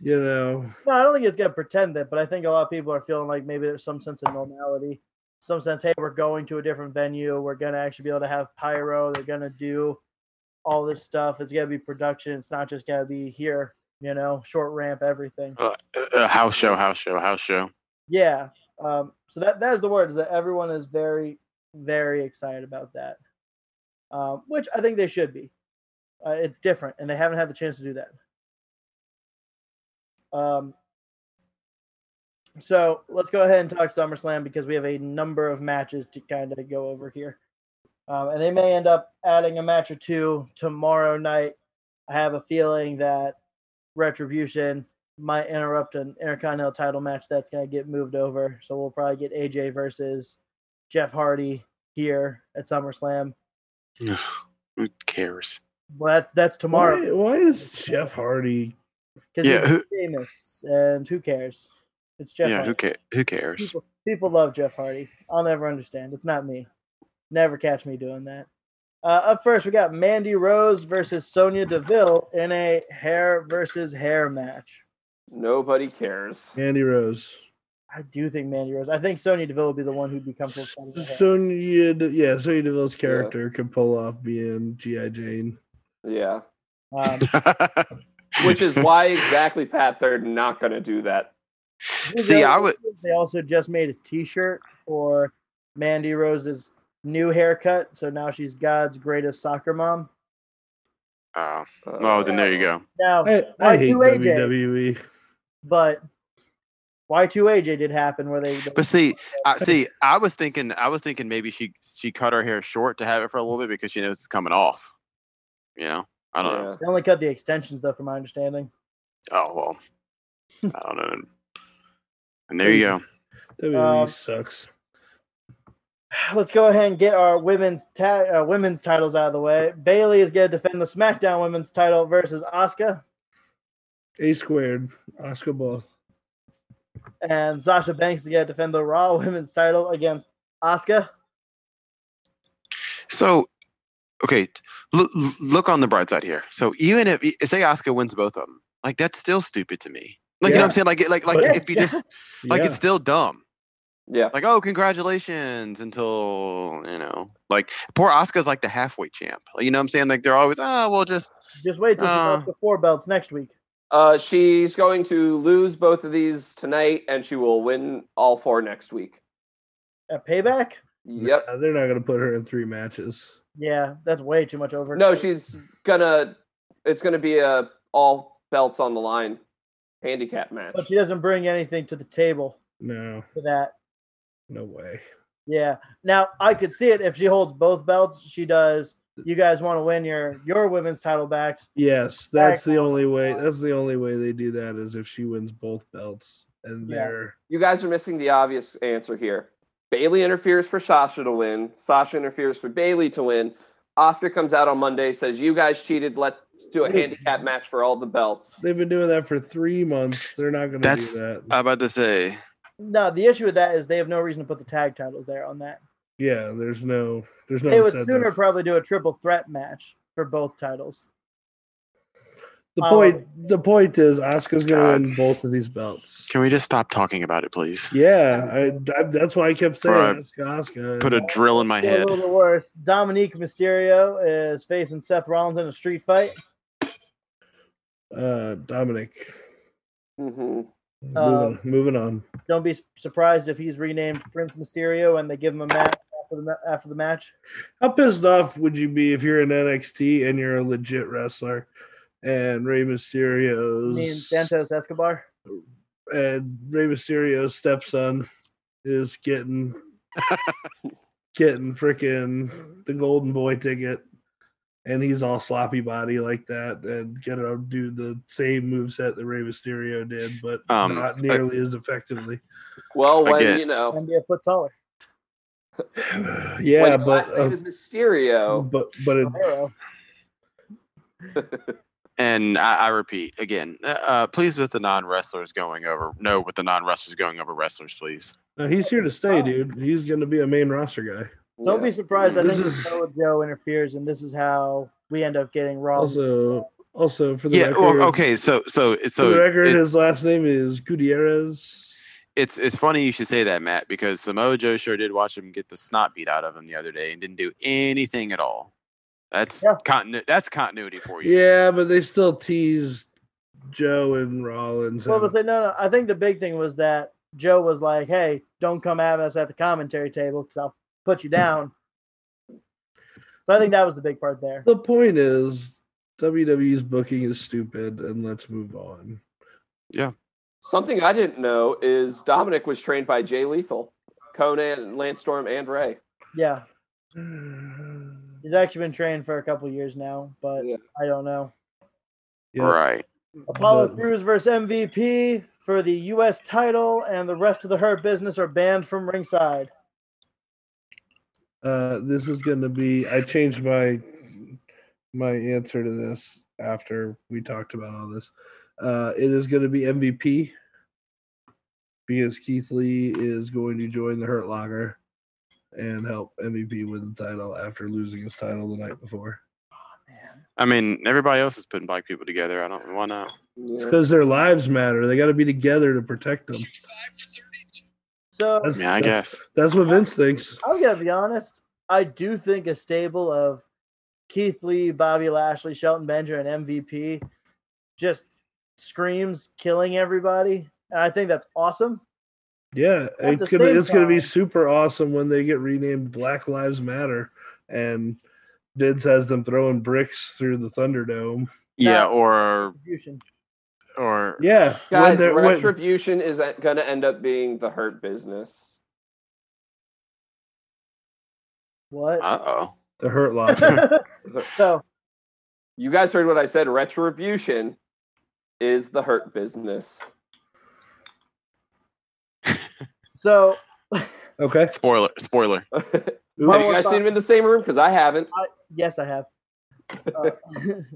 [SPEAKER 1] you know,
[SPEAKER 3] no, I don't think it's gonna pretend that, but I think a lot of people are feeling like maybe there's some sense of normality, some sense. Hey, we're going to a different venue. We're gonna actually be able to have pyro. They're gonna do all this stuff. It's gonna be production. It's not just gonna be here. You know, short ramp, everything.
[SPEAKER 4] Uh, uh, house show, house show, house show.
[SPEAKER 3] Yeah. Um, so that that is the word is that everyone is very very excited about that, um, which I think they should be. Uh, it's different, and they haven't had the chance to do that. Um, so let's go ahead and talk SummerSlam because we have a number of matches to kind of go over here, um, and they may end up adding a match or two tomorrow night. I have a feeling that Retribution might interrupt an Intercontinental title match that's going to get moved over. So we'll probably get AJ versus Jeff Hardy here at SummerSlam.
[SPEAKER 4] Who cares?
[SPEAKER 3] Well, that's that's tomorrow
[SPEAKER 1] Why, why is Jeff Hardy?
[SPEAKER 3] because
[SPEAKER 4] Yeah, who-
[SPEAKER 3] famous, and who cares? It's Jeff.
[SPEAKER 4] yeah,
[SPEAKER 3] Hardy.
[SPEAKER 4] who, ca- who cares?
[SPEAKER 3] People, people love Jeff Hardy. I'll never understand. It's not me. Never catch me doing that. Uh, up first, we got Mandy Rose versus Sonya Deville in a hair versus hair match.
[SPEAKER 2] Nobody cares.
[SPEAKER 1] Andy Rose.
[SPEAKER 3] I do think Mandy Rose. I think Sonya Deville will be the one who becomes. the front of the hair.
[SPEAKER 1] Sonya, De- yeah, Sonya Deville's character could pull off being GI Jane.
[SPEAKER 2] Yeah.
[SPEAKER 3] Um,
[SPEAKER 2] Which is why exactly Pat they're not gonna do that.
[SPEAKER 4] See, I would-
[SPEAKER 3] They also just made a T-shirt for Mandy Rose's new haircut, so now she's God's greatest soccer mom.
[SPEAKER 4] Oh,
[SPEAKER 2] Uh,
[SPEAKER 4] well, then there you go.
[SPEAKER 3] Now,
[SPEAKER 1] I,
[SPEAKER 3] Why
[SPEAKER 1] I
[SPEAKER 3] do
[SPEAKER 1] hate E.
[SPEAKER 3] AJ?
[SPEAKER 1] WWE.
[SPEAKER 3] but Y2AJ did happen where they. they-
[SPEAKER 4] But see, I see. I was thinking. I was thinking maybe she she cut her hair short to have it for a little bit because she knows it's coming off. You know. I don't know.
[SPEAKER 2] yeah.
[SPEAKER 3] they only cut the extensions, though, from my understanding.
[SPEAKER 4] Oh well. I don't know. And there you go.
[SPEAKER 1] WWE
[SPEAKER 3] Um,
[SPEAKER 1] E sucks.
[SPEAKER 3] Let's go ahead and get our women's ta- uh, women's titles out of the way. Bailey is going to defend the SmackDown Women's title versus Asuka,
[SPEAKER 1] A squared. Oscar both.
[SPEAKER 3] and Sasha Banks is going to defend the Raw Women's title against Asuka.
[SPEAKER 4] So, okay, look look on the bright side here. So even if e, say Oscar wins both of them, like that's still stupid to me. Like you know what I'm saying? Like it- like like
[SPEAKER 1] But-
[SPEAKER 4] if you just like
[SPEAKER 1] yeah.
[SPEAKER 4] it's still dumb.
[SPEAKER 2] Yeah.
[SPEAKER 4] Like oh congratulations until you know like poor Oscar's like the halfway champ. Like, you know what I'm saying? Like they're always oh well just
[SPEAKER 3] Just wait till she
[SPEAKER 4] Uh.
[SPEAKER 3] lost the four belts next week.
[SPEAKER 2] Uh, she's going to lose both of these tonight, and she will win all four next week.
[SPEAKER 3] At payback?
[SPEAKER 2] Yep.
[SPEAKER 1] Uh, They're not going to put her in three matches.
[SPEAKER 3] Yeah, that's way too much over.
[SPEAKER 2] No, she's gonna. It's gonna be a all belts on the line handicap match.
[SPEAKER 3] but she doesn't bring anything to the table
[SPEAKER 1] No,
[SPEAKER 3] for that.
[SPEAKER 1] no way.
[SPEAKER 3] Yeah. Now I could see it if she holds both belts. She does. You guys want to win your your women's title backs.
[SPEAKER 1] Yes, that's the only way. That's the only way they do that is if she wins both belts and
[SPEAKER 3] Yeah.
[SPEAKER 1] they're
[SPEAKER 2] You guys are missing the obvious answer here. Bailey interferes for Sasha to win. Sasha interferes for Bailey to win. Oscar comes out on Monday, says, "You guys cheated. Let's do a
[SPEAKER 1] Wait.
[SPEAKER 2] handicap match for all the belts."
[SPEAKER 1] they've been doing that for three months. They're not going to
[SPEAKER 4] That's- uh,
[SPEAKER 1] do that.
[SPEAKER 4] I'm about eh?" to say
[SPEAKER 3] No, the issue with that is they have no reason to put the tag titles there on that.
[SPEAKER 1] yeah, there's no, there's no.
[SPEAKER 3] They would
[SPEAKER 1] incentive.
[SPEAKER 3] sooner probably do a triple threat match for both titles.
[SPEAKER 1] the
[SPEAKER 3] follow-
[SPEAKER 1] point. The point is, Asuka's going to win both of these belts.
[SPEAKER 4] can we just stop talking about it please?
[SPEAKER 1] Yeah, I, I- that's why I kept saying
[SPEAKER 4] Right.
[SPEAKER 1] Asuka. Asuka.
[SPEAKER 4] Put a drill in my
[SPEAKER 3] Still
[SPEAKER 4] head.
[SPEAKER 3] A little worse. Dominique Mysterio is facing Seth Rollins in a street fight.
[SPEAKER 1] uh, Dominic.
[SPEAKER 2] hmm
[SPEAKER 3] Um,
[SPEAKER 1] moving, moving on.
[SPEAKER 3] Don't be su- surprised if he's renamed Prince Mysterio and they give him a match after the ma- after the match.
[SPEAKER 1] How pissed off would you be if you're in NXT and you're a legit wrestler and Rey
[SPEAKER 3] Me and
[SPEAKER 1] Mysterio's
[SPEAKER 3] Santos Escobar.
[SPEAKER 1] and Rey Mysterio's stepson is getting getting freaking the golden boy ticket and he's all sloppy body like that and gonna do the same moveset that Rey Mysterio did, but
[SPEAKER 4] Um,
[SPEAKER 1] not
[SPEAKER 4] I-
[SPEAKER 1] nearly as effectively.
[SPEAKER 2] Well, when
[SPEAKER 4] Again.
[SPEAKER 2] you know
[SPEAKER 3] And be a foot taller.
[SPEAKER 1] yeah,
[SPEAKER 2] when your
[SPEAKER 1] but
[SPEAKER 2] last name
[SPEAKER 1] uh,
[SPEAKER 2] is Mysterio,
[SPEAKER 1] but but it,
[SPEAKER 3] Guerrero.
[SPEAKER 4] And I, I repeat again, uh, uh, please with the non wrestlers going over. No, with the non wrestlers going over wrestlers, please.
[SPEAKER 2] Oh.
[SPEAKER 1] no, he's here to stay, dude. He's gonna be a main roster guy.
[SPEAKER 3] Don't
[SPEAKER 2] yeah.
[SPEAKER 3] be surprised. I
[SPEAKER 1] This
[SPEAKER 3] think
[SPEAKER 1] is-
[SPEAKER 3] Samoa Joe interferes, and this is how we end up getting Raw.
[SPEAKER 1] Also, also for the
[SPEAKER 4] yeah.
[SPEAKER 1] record,
[SPEAKER 4] Well, okay. So, so,
[SPEAKER 1] For
[SPEAKER 4] so
[SPEAKER 1] the record,
[SPEAKER 4] it-
[SPEAKER 1] his last name is Gutierrez.
[SPEAKER 4] it's it's funny you should say that, Matt, because Samoa Joe sure did watch him get the snot beat out of him the other day and didn't do anything at all. That's
[SPEAKER 3] Yeah.
[SPEAKER 4] continu- That's continuity for you.
[SPEAKER 1] Yeah, but they still teased Joe and Rollins.
[SPEAKER 3] Well,
[SPEAKER 1] and-
[SPEAKER 3] but they- no, no. I think the big thing was that Joe was like, "Hey, don't come at us at the commentary table because I'll put you down." So I think that was the big part there.
[SPEAKER 1] the point is, WWE's booking is stupid, and let's move on.
[SPEAKER 2] Something I didn't know is Dominic was trained by Jay Lethal, Conan, Lance Storm, and Ray.
[SPEAKER 3] Yeah, he's actually been trained for a couple years now, but
[SPEAKER 2] Yeah.
[SPEAKER 3] I don't know.
[SPEAKER 1] Yeah,
[SPEAKER 4] Right.
[SPEAKER 3] Apollo
[SPEAKER 1] but-
[SPEAKER 3] Crews versus MVP for the U.S. title, and the rest of the Hurt Business are banned from ringside.
[SPEAKER 1] Uh, this is going to be. I changed my my answer to this after we talked about all this. Uh, it is going to be MVP because Keith Lee is going to join the Hurt Locker and help MVP win the title after losing his title the night before.
[SPEAKER 4] I mean, everybody else is putting black people together. I don't. Why not?
[SPEAKER 2] Yeah.
[SPEAKER 1] Because their lives matter. They got to be together to protect them.
[SPEAKER 3] So
[SPEAKER 1] That's,
[SPEAKER 4] Yeah, I guess.
[SPEAKER 1] that's what Vince thinks.
[SPEAKER 3] I'm gonna be honest. I do think a stable of Keith Lee, Bobby Lashley, Shelton Benjamin, and MVP just screams killing everybody, and I think that's awesome.
[SPEAKER 1] Yeah,
[SPEAKER 3] At
[SPEAKER 1] it
[SPEAKER 3] the
[SPEAKER 1] could,
[SPEAKER 3] same
[SPEAKER 1] it's going to be
[SPEAKER 3] time-
[SPEAKER 1] super awesome when they get renamed Black Lives Matter and Vince has them throwing bricks through the Thunderdome.
[SPEAKER 4] Yeah, or
[SPEAKER 3] Contribution.
[SPEAKER 4] or
[SPEAKER 1] Yeah, when
[SPEAKER 2] Guys,
[SPEAKER 1] they're- when-
[SPEAKER 2] retribution is going to end up being the hurt business.
[SPEAKER 3] What?
[SPEAKER 4] uh oh.
[SPEAKER 1] the Hurt Locker.
[SPEAKER 3] so
[SPEAKER 2] You guys heard what I said. Retribution is the hurt business.
[SPEAKER 3] so
[SPEAKER 1] Okay.
[SPEAKER 4] Spoiler, spoiler.
[SPEAKER 1] Ooh,
[SPEAKER 2] Have
[SPEAKER 3] Well,
[SPEAKER 2] you guys
[SPEAKER 3] what's
[SPEAKER 2] seen
[SPEAKER 3] up?
[SPEAKER 2] him in the same room? Because I haven't.
[SPEAKER 3] Yes, I have. Uh,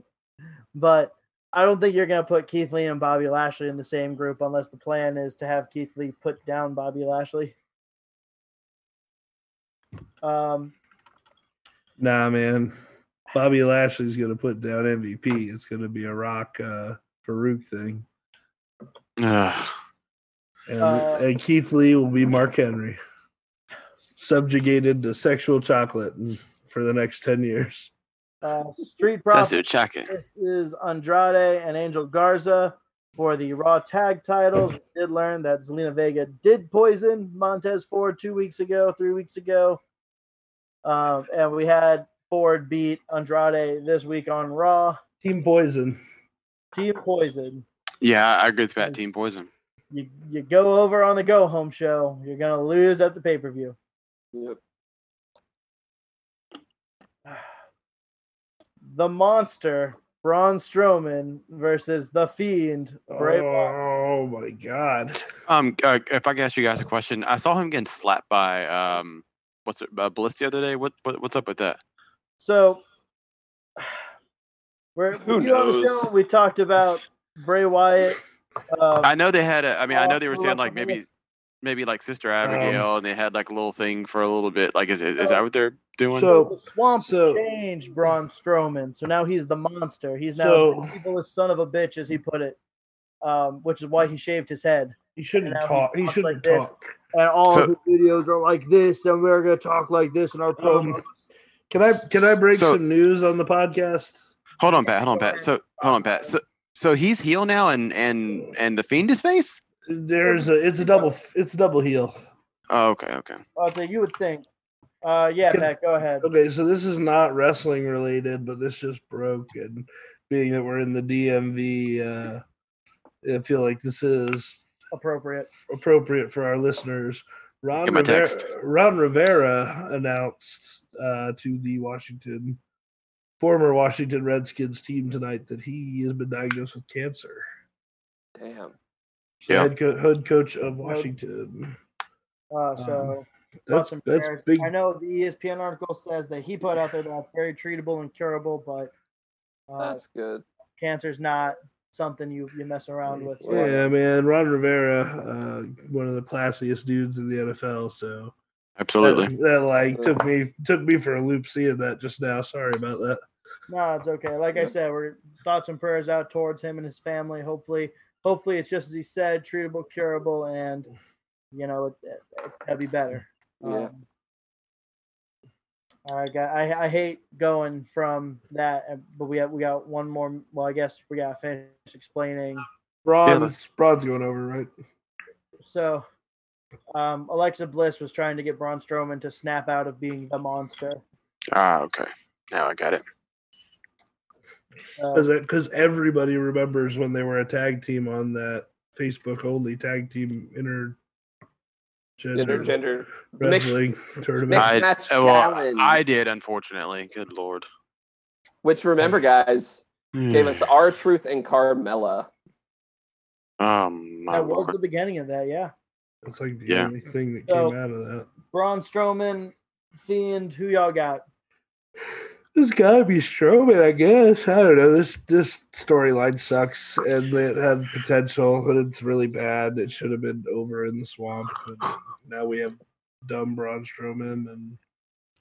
[SPEAKER 3] but I don't think you're going to put Keith Lee and Bobby Lashley in the same group unless the plan is to have Keith Lee put down Bobby Lashley. Um,
[SPEAKER 1] Nah, man. Bobby Lashley's going to put down MVP. It's going to be a Rock uh, Farouk thing.
[SPEAKER 4] Ugh.
[SPEAKER 1] And,
[SPEAKER 3] Uh,
[SPEAKER 1] and Keith Lee will be Mark Henry, subjugated to sexual chocolate for the next 10 years.
[SPEAKER 3] uh, Street
[SPEAKER 4] That's your
[SPEAKER 3] Profits
[SPEAKER 4] jacket.
[SPEAKER 3] This is Andrade and Angel Garza for the Raw Tag titles. We did learn that Zelina Vega did poison Montez Ford two weeks ago, three weeks ago. Um, and we had Ford beat Andrade this week on Raw.
[SPEAKER 1] Team Poison.
[SPEAKER 3] Team Poison.
[SPEAKER 4] Yeah, I agree with Pat. Team Poison.
[SPEAKER 3] You, you go over on the go home show. You're going to lose at the pay per view.
[SPEAKER 2] Yep.
[SPEAKER 3] The monster, Braun Strowman versus The Fiend, Bray Wyatt.
[SPEAKER 1] Oh, my God.
[SPEAKER 4] Um, uh, if I could ask you guys a question, I saw him getting slapped by um, what's it, uh, Bliss the other day. What, what what's up with that?
[SPEAKER 3] So we're
[SPEAKER 2] Who
[SPEAKER 3] we do have a
[SPEAKER 2] knows?
[SPEAKER 3] show, we talked about Bray Wyatt. Um,
[SPEAKER 4] I know they had a. I mean, Oh, I know they were
[SPEAKER 3] Raw
[SPEAKER 4] saying like maybe
[SPEAKER 3] Vegas.
[SPEAKER 4] maybe like Sister Abigail, and they had like a little thing for a little bit. Like, is it is that what they're doing?
[SPEAKER 1] So-
[SPEAKER 3] the swamp
[SPEAKER 1] so-
[SPEAKER 3] changed Braun Strowman, so now he's the monster. He's now
[SPEAKER 1] So-
[SPEAKER 3] the evilest son of a bitch, as he put it, um, which is why he shaved his head.
[SPEAKER 1] He shouldn't
[SPEAKER 3] And now he
[SPEAKER 1] talk. He
[SPEAKER 3] talks
[SPEAKER 1] shouldn't
[SPEAKER 3] like this.
[SPEAKER 1] talk.
[SPEAKER 3] And all of
[SPEAKER 4] So-
[SPEAKER 3] his videos are like this, and we're gonna talk like this in our
[SPEAKER 1] Um,
[SPEAKER 3] promos.
[SPEAKER 1] Can I can I break
[SPEAKER 4] So-
[SPEAKER 1] some news on the podcast?
[SPEAKER 4] hold on, Pat. Hold on, Pat. So hold on, Pat. So so he's heel now, and and and the fiend is face.
[SPEAKER 1] There's a it's a double it's a double heel.
[SPEAKER 4] Oh, okay, okay.
[SPEAKER 3] Uh, so you would think, uh, yeah,
[SPEAKER 1] Can-
[SPEAKER 3] Pat, go ahead.
[SPEAKER 1] Okay, so this is not wrestling related, but this just broke and being that we're in the DMV, uh, I feel like this is
[SPEAKER 3] Appropriate.
[SPEAKER 1] appropriate for our listeners. Ron
[SPEAKER 4] Get my
[SPEAKER 1] Rivera,
[SPEAKER 4] text.
[SPEAKER 1] Ron Rivera announced uh, to the Washington former Washington Redskins team tonight that he has been diagnosed with cancer.
[SPEAKER 2] Damn.
[SPEAKER 1] So
[SPEAKER 4] Yeah.
[SPEAKER 1] head, co- head coach of Washington. Um,
[SPEAKER 3] Uh, so.
[SPEAKER 1] That's,
[SPEAKER 3] Thoughts and
[SPEAKER 1] that's
[SPEAKER 3] prayers.
[SPEAKER 1] big.
[SPEAKER 3] I know the E ESPN article says that he put out there that's very treatable and curable, but uh,
[SPEAKER 2] That's good.
[SPEAKER 3] cancer's not something you, you mess around with. So
[SPEAKER 1] Yeah, man. Ron Rivera, uh, one of the classiest dudes in the NFL. So
[SPEAKER 4] Absolutely.
[SPEAKER 1] that, that, like took me took me for a loop seeing that just now. Sorry about that.
[SPEAKER 3] no, it's okay. Like I
[SPEAKER 2] Yeah.
[SPEAKER 3] said, we're thoughts and prayers out towards him and his family. Hopefully, hopefully it's just as he said, treatable, curable, and you know it, it, it's gonna be better.
[SPEAKER 2] Yeah.
[SPEAKER 3] Um, all right, guy. I, I hate going from that, uh, but we have we got one more. Well, I guess we got to finish explaining
[SPEAKER 1] Bronze, Bronze going over, right?
[SPEAKER 3] So, um, Alexa Bliss was trying to get Braun Strowman to snap out of being the monster.
[SPEAKER 4] Ah, okay. Now I got it.
[SPEAKER 3] So,
[SPEAKER 1] Because everybody remembers when they were a tag team on that Facebook only tag team intergender
[SPEAKER 2] Intergender
[SPEAKER 1] wrestling tournament.
[SPEAKER 2] mixed
[SPEAKER 4] I,
[SPEAKER 2] match
[SPEAKER 4] uh, well,
[SPEAKER 2] challenge.
[SPEAKER 4] I did, unfortunately. Good lord.
[SPEAKER 2] Which remember, guys, gave us our truth and Carmella.
[SPEAKER 4] Um, my
[SPEAKER 3] that was
[SPEAKER 4] lord.
[SPEAKER 3] the beginning of that, yeah.
[SPEAKER 1] It's like the
[SPEAKER 4] Yeah.
[SPEAKER 1] only thing that
[SPEAKER 3] So-
[SPEAKER 1] came out of that.
[SPEAKER 3] Braun Strowman Fiend, who y'all got?
[SPEAKER 1] It's gotta be Strowman, I guess. I don't know. This this storyline sucks, and it had potential, and it's really bad. It should have been over in the swamp. And now we have dumb Braun Strowman, and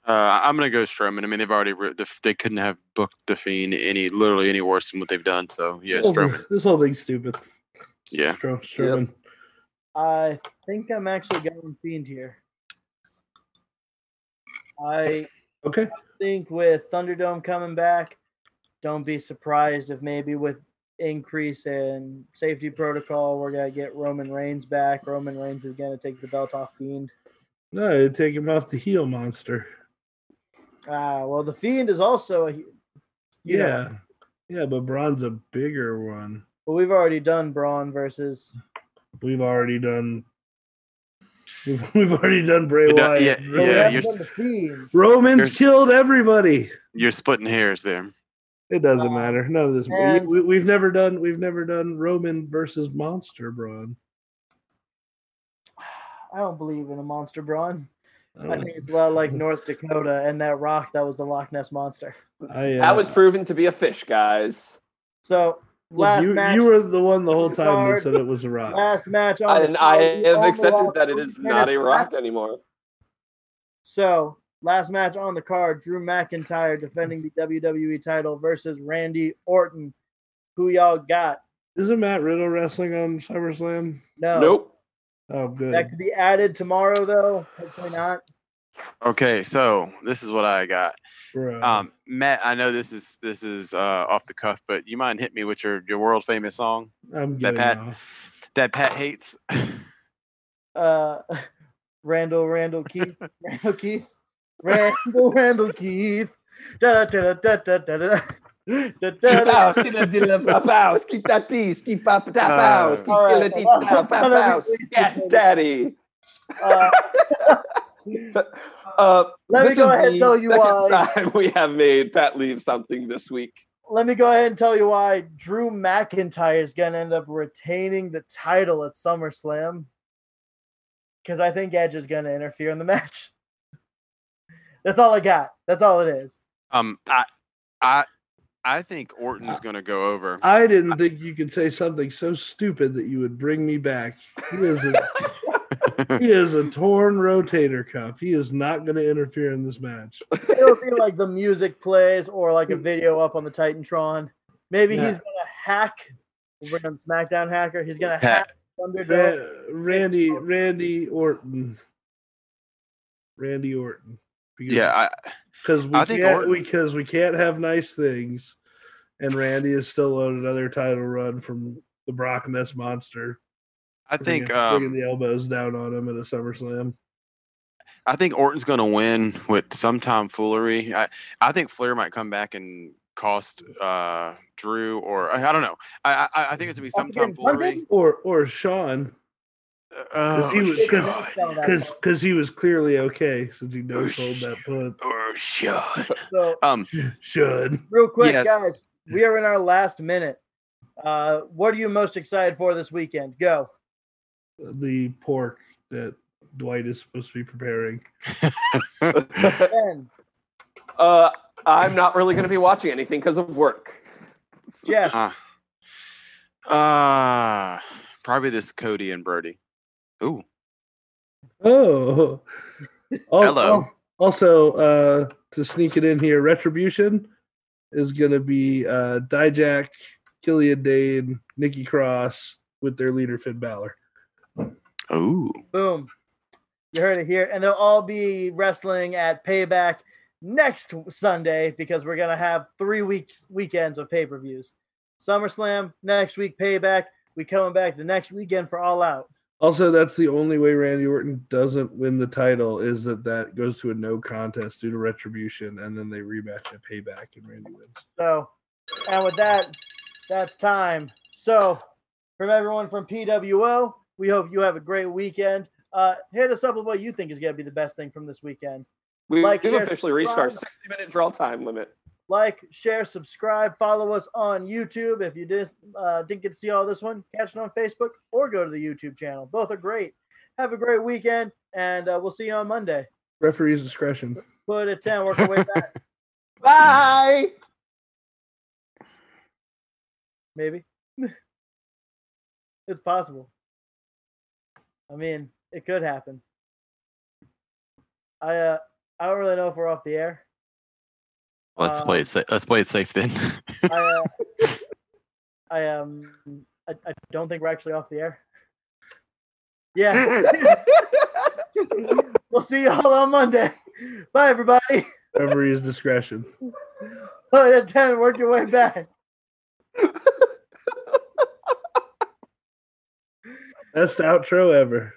[SPEAKER 4] Uh, I'm gonna go Strowman. I mean, they've already re- the, they couldn't have booked the Fiend any literally any worse than what they've done. So yeah,
[SPEAKER 2] Oh.
[SPEAKER 1] Whole thing-
[SPEAKER 4] Strowman.
[SPEAKER 1] this whole thing's stupid.
[SPEAKER 4] Yeah,
[SPEAKER 1] Stro- Strowman.
[SPEAKER 3] I think I'm actually going Fiend here. I
[SPEAKER 1] Okay,
[SPEAKER 3] think with Thunderdome coming back, don't be surprised if maybe with increase in safety protocol, we're gonna get Roman Reigns back. Roman Reigns is gonna take the belt off Fiend.
[SPEAKER 1] no, you take him off the heel monster.
[SPEAKER 3] Ah, well, the Fiend is also a, he- you know,
[SPEAKER 1] Yeah, yeah, but Braun's a bigger one.
[SPEAKER 3] but we've already done Braun versus.
[SPEAKER 1] We've already done. We've, we've already done Bray
[SPEAKER 4] You done-
[SPEAKER 1] Wyatt.
[SPEAKER 4] yeah,
[SPEAKER 3] but we
[SPEAKER 4] yeah,
[SPEAKER 3] haven't
[SPEAKER 4] you're-
[SPEAKER 3] done the Fiend.
[SPEAKER 1] Roman's
[SPEAKER 4] There's-
[SPEAKER 1] killed everybody.
[SPEAKER 4] you're splitting hairs there.
[SPEAKER 1] It doesn't
[SPEAKER 3] Uh,
[SPEAKER 1] matter. None of this.
[SPEAKER 3] and-
[SPEAKER 1] We, we, have never done. We've never done Roman versus Monster Braun.
[SPEAKER 3] I don't believe in a monster Braun.
[SPEAKER 1] I,
[SPEAKER 3] I think it's a lot like North Dakota and that rock that was the Loch Ness monster.
[SPEAKER 1] I, uh,
[SPEAKER 2] That was proven to be a fish, guys.
[SPEAKER 3] So
[SPEAKER 1] look,
[SPEAKER 3] last
[SPEAKER 1] you,
[SPEAKER 3] match, Uh,
[SPEAKER 1] you were the one the whole time that
[SPEAKER 3] Guard.
[SPEAKER 1] said it was a rock.
[SPEAKER 3] last match on the
[SPEAKER 2] And I
[SPEAKER 3] show, you
[SPEAKER 2] have
[SPEAKER 3] own the
[SPEAKER 2] accepted
[SPEAKER 3] rock,
[SPEAKER 2] that it
[SPEAKER 3] you
[SPEAKER 2] is
[SPEAKER 3] can't
[SPEAKER 2] not a
[SPEAKER 3] attack.
[SPEAKER 2] rock anymore.
[SPEAKER 3] So last match on the card, Drew McIntyre defending the WWE title versus Randy Orton. Who y'all got?
[SPEAKER 1] Isn't Matt Riddle wrestling on SummerSlam?
[SPEAKER 3] No,
[SPEAKER 2] Nope.
[SPEAKER 1] Oh, good.
[SPEAKER 3] That could be added tomorrow though. Hopefully not.
[SPEAKER 4] Okay, so this is what I got.
[SPEAKER 1] Bro.
[SPEAKER 4] Um, Matt, I know this is this is uh, off the cuff, but you mind hit me with your your world famous song
[SPEAKER 1] I'm getting
[SPEAKER 4] that Pat
[SPEAKER 1] off.
[SPEAKER 4] that Pat hates.
[SPEAKER 3] Uh, Randall, Randall Keith, Randall Keith, Randall, Randall Keith. Da da da da da da da. Da, da, da. Uh, Alright,
[SPEAKER 2] Yeah, daddy.
[SPEAKER 3] Uh,
[SPEAKER 2] Uh,
[SPEAKER 3] Let me
[SPEAKER 2] this
[SPEAKER 3] go
[SPEAKER 2] is
[SPEAKER 3] ahead and
[SPEAKER 2] the
[SPEAKER 3] tell you
[SPEAKER 2] second
[SPEAKER 3] why.
[SPEAKER 2] time we have made Pat leave something this week.
[SPEAKER 3] let me go ahead and tell you why Drew McIntyre is going to end up retaining the title at SummerSlam. Because I think Edge is going to interfere in the match. That's all I got. That's all it is.
[SPEAKER 4] Um, I I I think Orton's gonna go over.
[SPEAKER 1] I didn't think you could say something so stupid that you would bring me back. He is a, he is a torn rotator cuff. He is not going to interfere in this match.
[SPEAKER 3] It'll be like the music plays or like a video up on the Titantron. Maybe
[SPEAKER 1] Yeah.
[SPEAKER 3] he's going to hack. We're going to SmackDown Hacker. He's going to
[SPEAKER 4] Hack.
[SPEAKER 3] hack Thunderdome.
[SPEAKER 1] Ra- Randy Randy Orton. Randy Orton. Because,
[SPEAKER 4] Yeah,
[SPEAKER 1] because we
[SPEAKER 4] I think
[SPEAKER 1] can't
[SPEAKER 4] Orton-
[SPEAKER 1] because we can't have nice things, and Randy is still on another title run from the Brock Ness monster.
[SPEAKER 4] I, I think
[SPEAKER 1] bringing,
[SPEAKER 4] um,
[SPEAKER 1] bringing the elbows down on him at a SummerSlam.
[SPEAKER 4] I think Orton's going to win with some tomfoolery. I, I think Flair might come back and cost uh, Drew, or I, I don't know. I, I, I think it's going to be some
[SPEAKER 3] Fucking
[SPEAKER 4] tomfoolery.
[SPEAKER 1] Or or Sean
[SPEAKER 4] Uh, Oh,
[SPEAKER 1] he was-
[SPEAKER 4] Sean.
[SPEAKER 1] because because he was clearly okay since he
[SPEAKER 4] Oh,
[SPEAKER 1] no sold that punt.
[SPEAKER 4] Or Sean.
[SPEAKER 3] So
[SPEAKER 4] Oh, Um,
[SPEAKER 1] Should
[SPEAKER 3] real quick,
[SPEAKER 4] Yes.
[SPEAKER 3] guys. We are in our last minute. Uh, what are you most excited for this weekend? Go.
[SPEAKER 1] the pork that Dwight is supposed to be preparing.
[SPEAKER 3] Ben,
[SPEAKER 2] Uh, I'm not really going to be watching anything because of work.
[SPEAKER 3] Jeff,
[SPEAKER 4] huh. uh, probably this Cody and Brody. Ooh,
[SPEAKER 1] Oh, Al-
[SPEAKER 4] Hello.
[SPEAKER 1] al- Also, uh, to sneak it in here, Retribution is going to be uh, Dijak, Killian Dane, Nikki Cross with their leader Finn Balor.
[SPEAKER 4] ooh.
[SPEAKER 3] boom. You heard it here. And they'll all be wrestling at Payback next Sunday because we're going to have three weeks weekends of pay per views. SummerSlam next week, Payback. We coming back the next weekend for All Out.
[SPEAKER 1] Also, that's the only way Randy Orton doesn't win the title is that that goes to a no contest due to Retribution, and then they rematch at Payback, and Randy wins.
[SPEAKER 3] So, and with that, that's time. So, from everyone from PWO, we hope you have a great weekend. Uh, hit us up with what you think is going to be the best thing from this weekend.
[SPEAKER 2] We,
[SPEAKER 3] Like,
[SPEAKER 2] we've
[SPEAKER 3] share,
[SPEAKER 2] officially reached our
[SPEAKER 3] subscribe.
[SPEAKER 2] 60 minute draw time limit.
[SPEAKER 3] Like, share, subscribe, follow us on YouTube. If you just uh, didn't get to see all this one, catch it on Facebook or go to the YouTube channel. Both are great. Have a great weekend, and uh, we'll see you on Monday.
[SPEAKER 1] Referee's discretion.
[SPEAKER 3] Put a 10, work our way back,
[SPEAKER 2] Bye.
[SPEAKER 3] maybe. it's possible. I mean, it could happen. I uh, I don't really know if we're off the air.
[SPEAKER 1] Uh,
[SPEAKER 4] Let's play it. Sa- let's play it safe then.
[SPEAKER 3] I, uh, I um, I, I don't think we're actually off the air. Yeah, we'll see y'all on Monday. Bye, everybody.
[SPEAKER 1] Referee's discretion.
[SPEAKER 3] Put a 10, work your way back.
[SPEAKER 1] Best outro ever.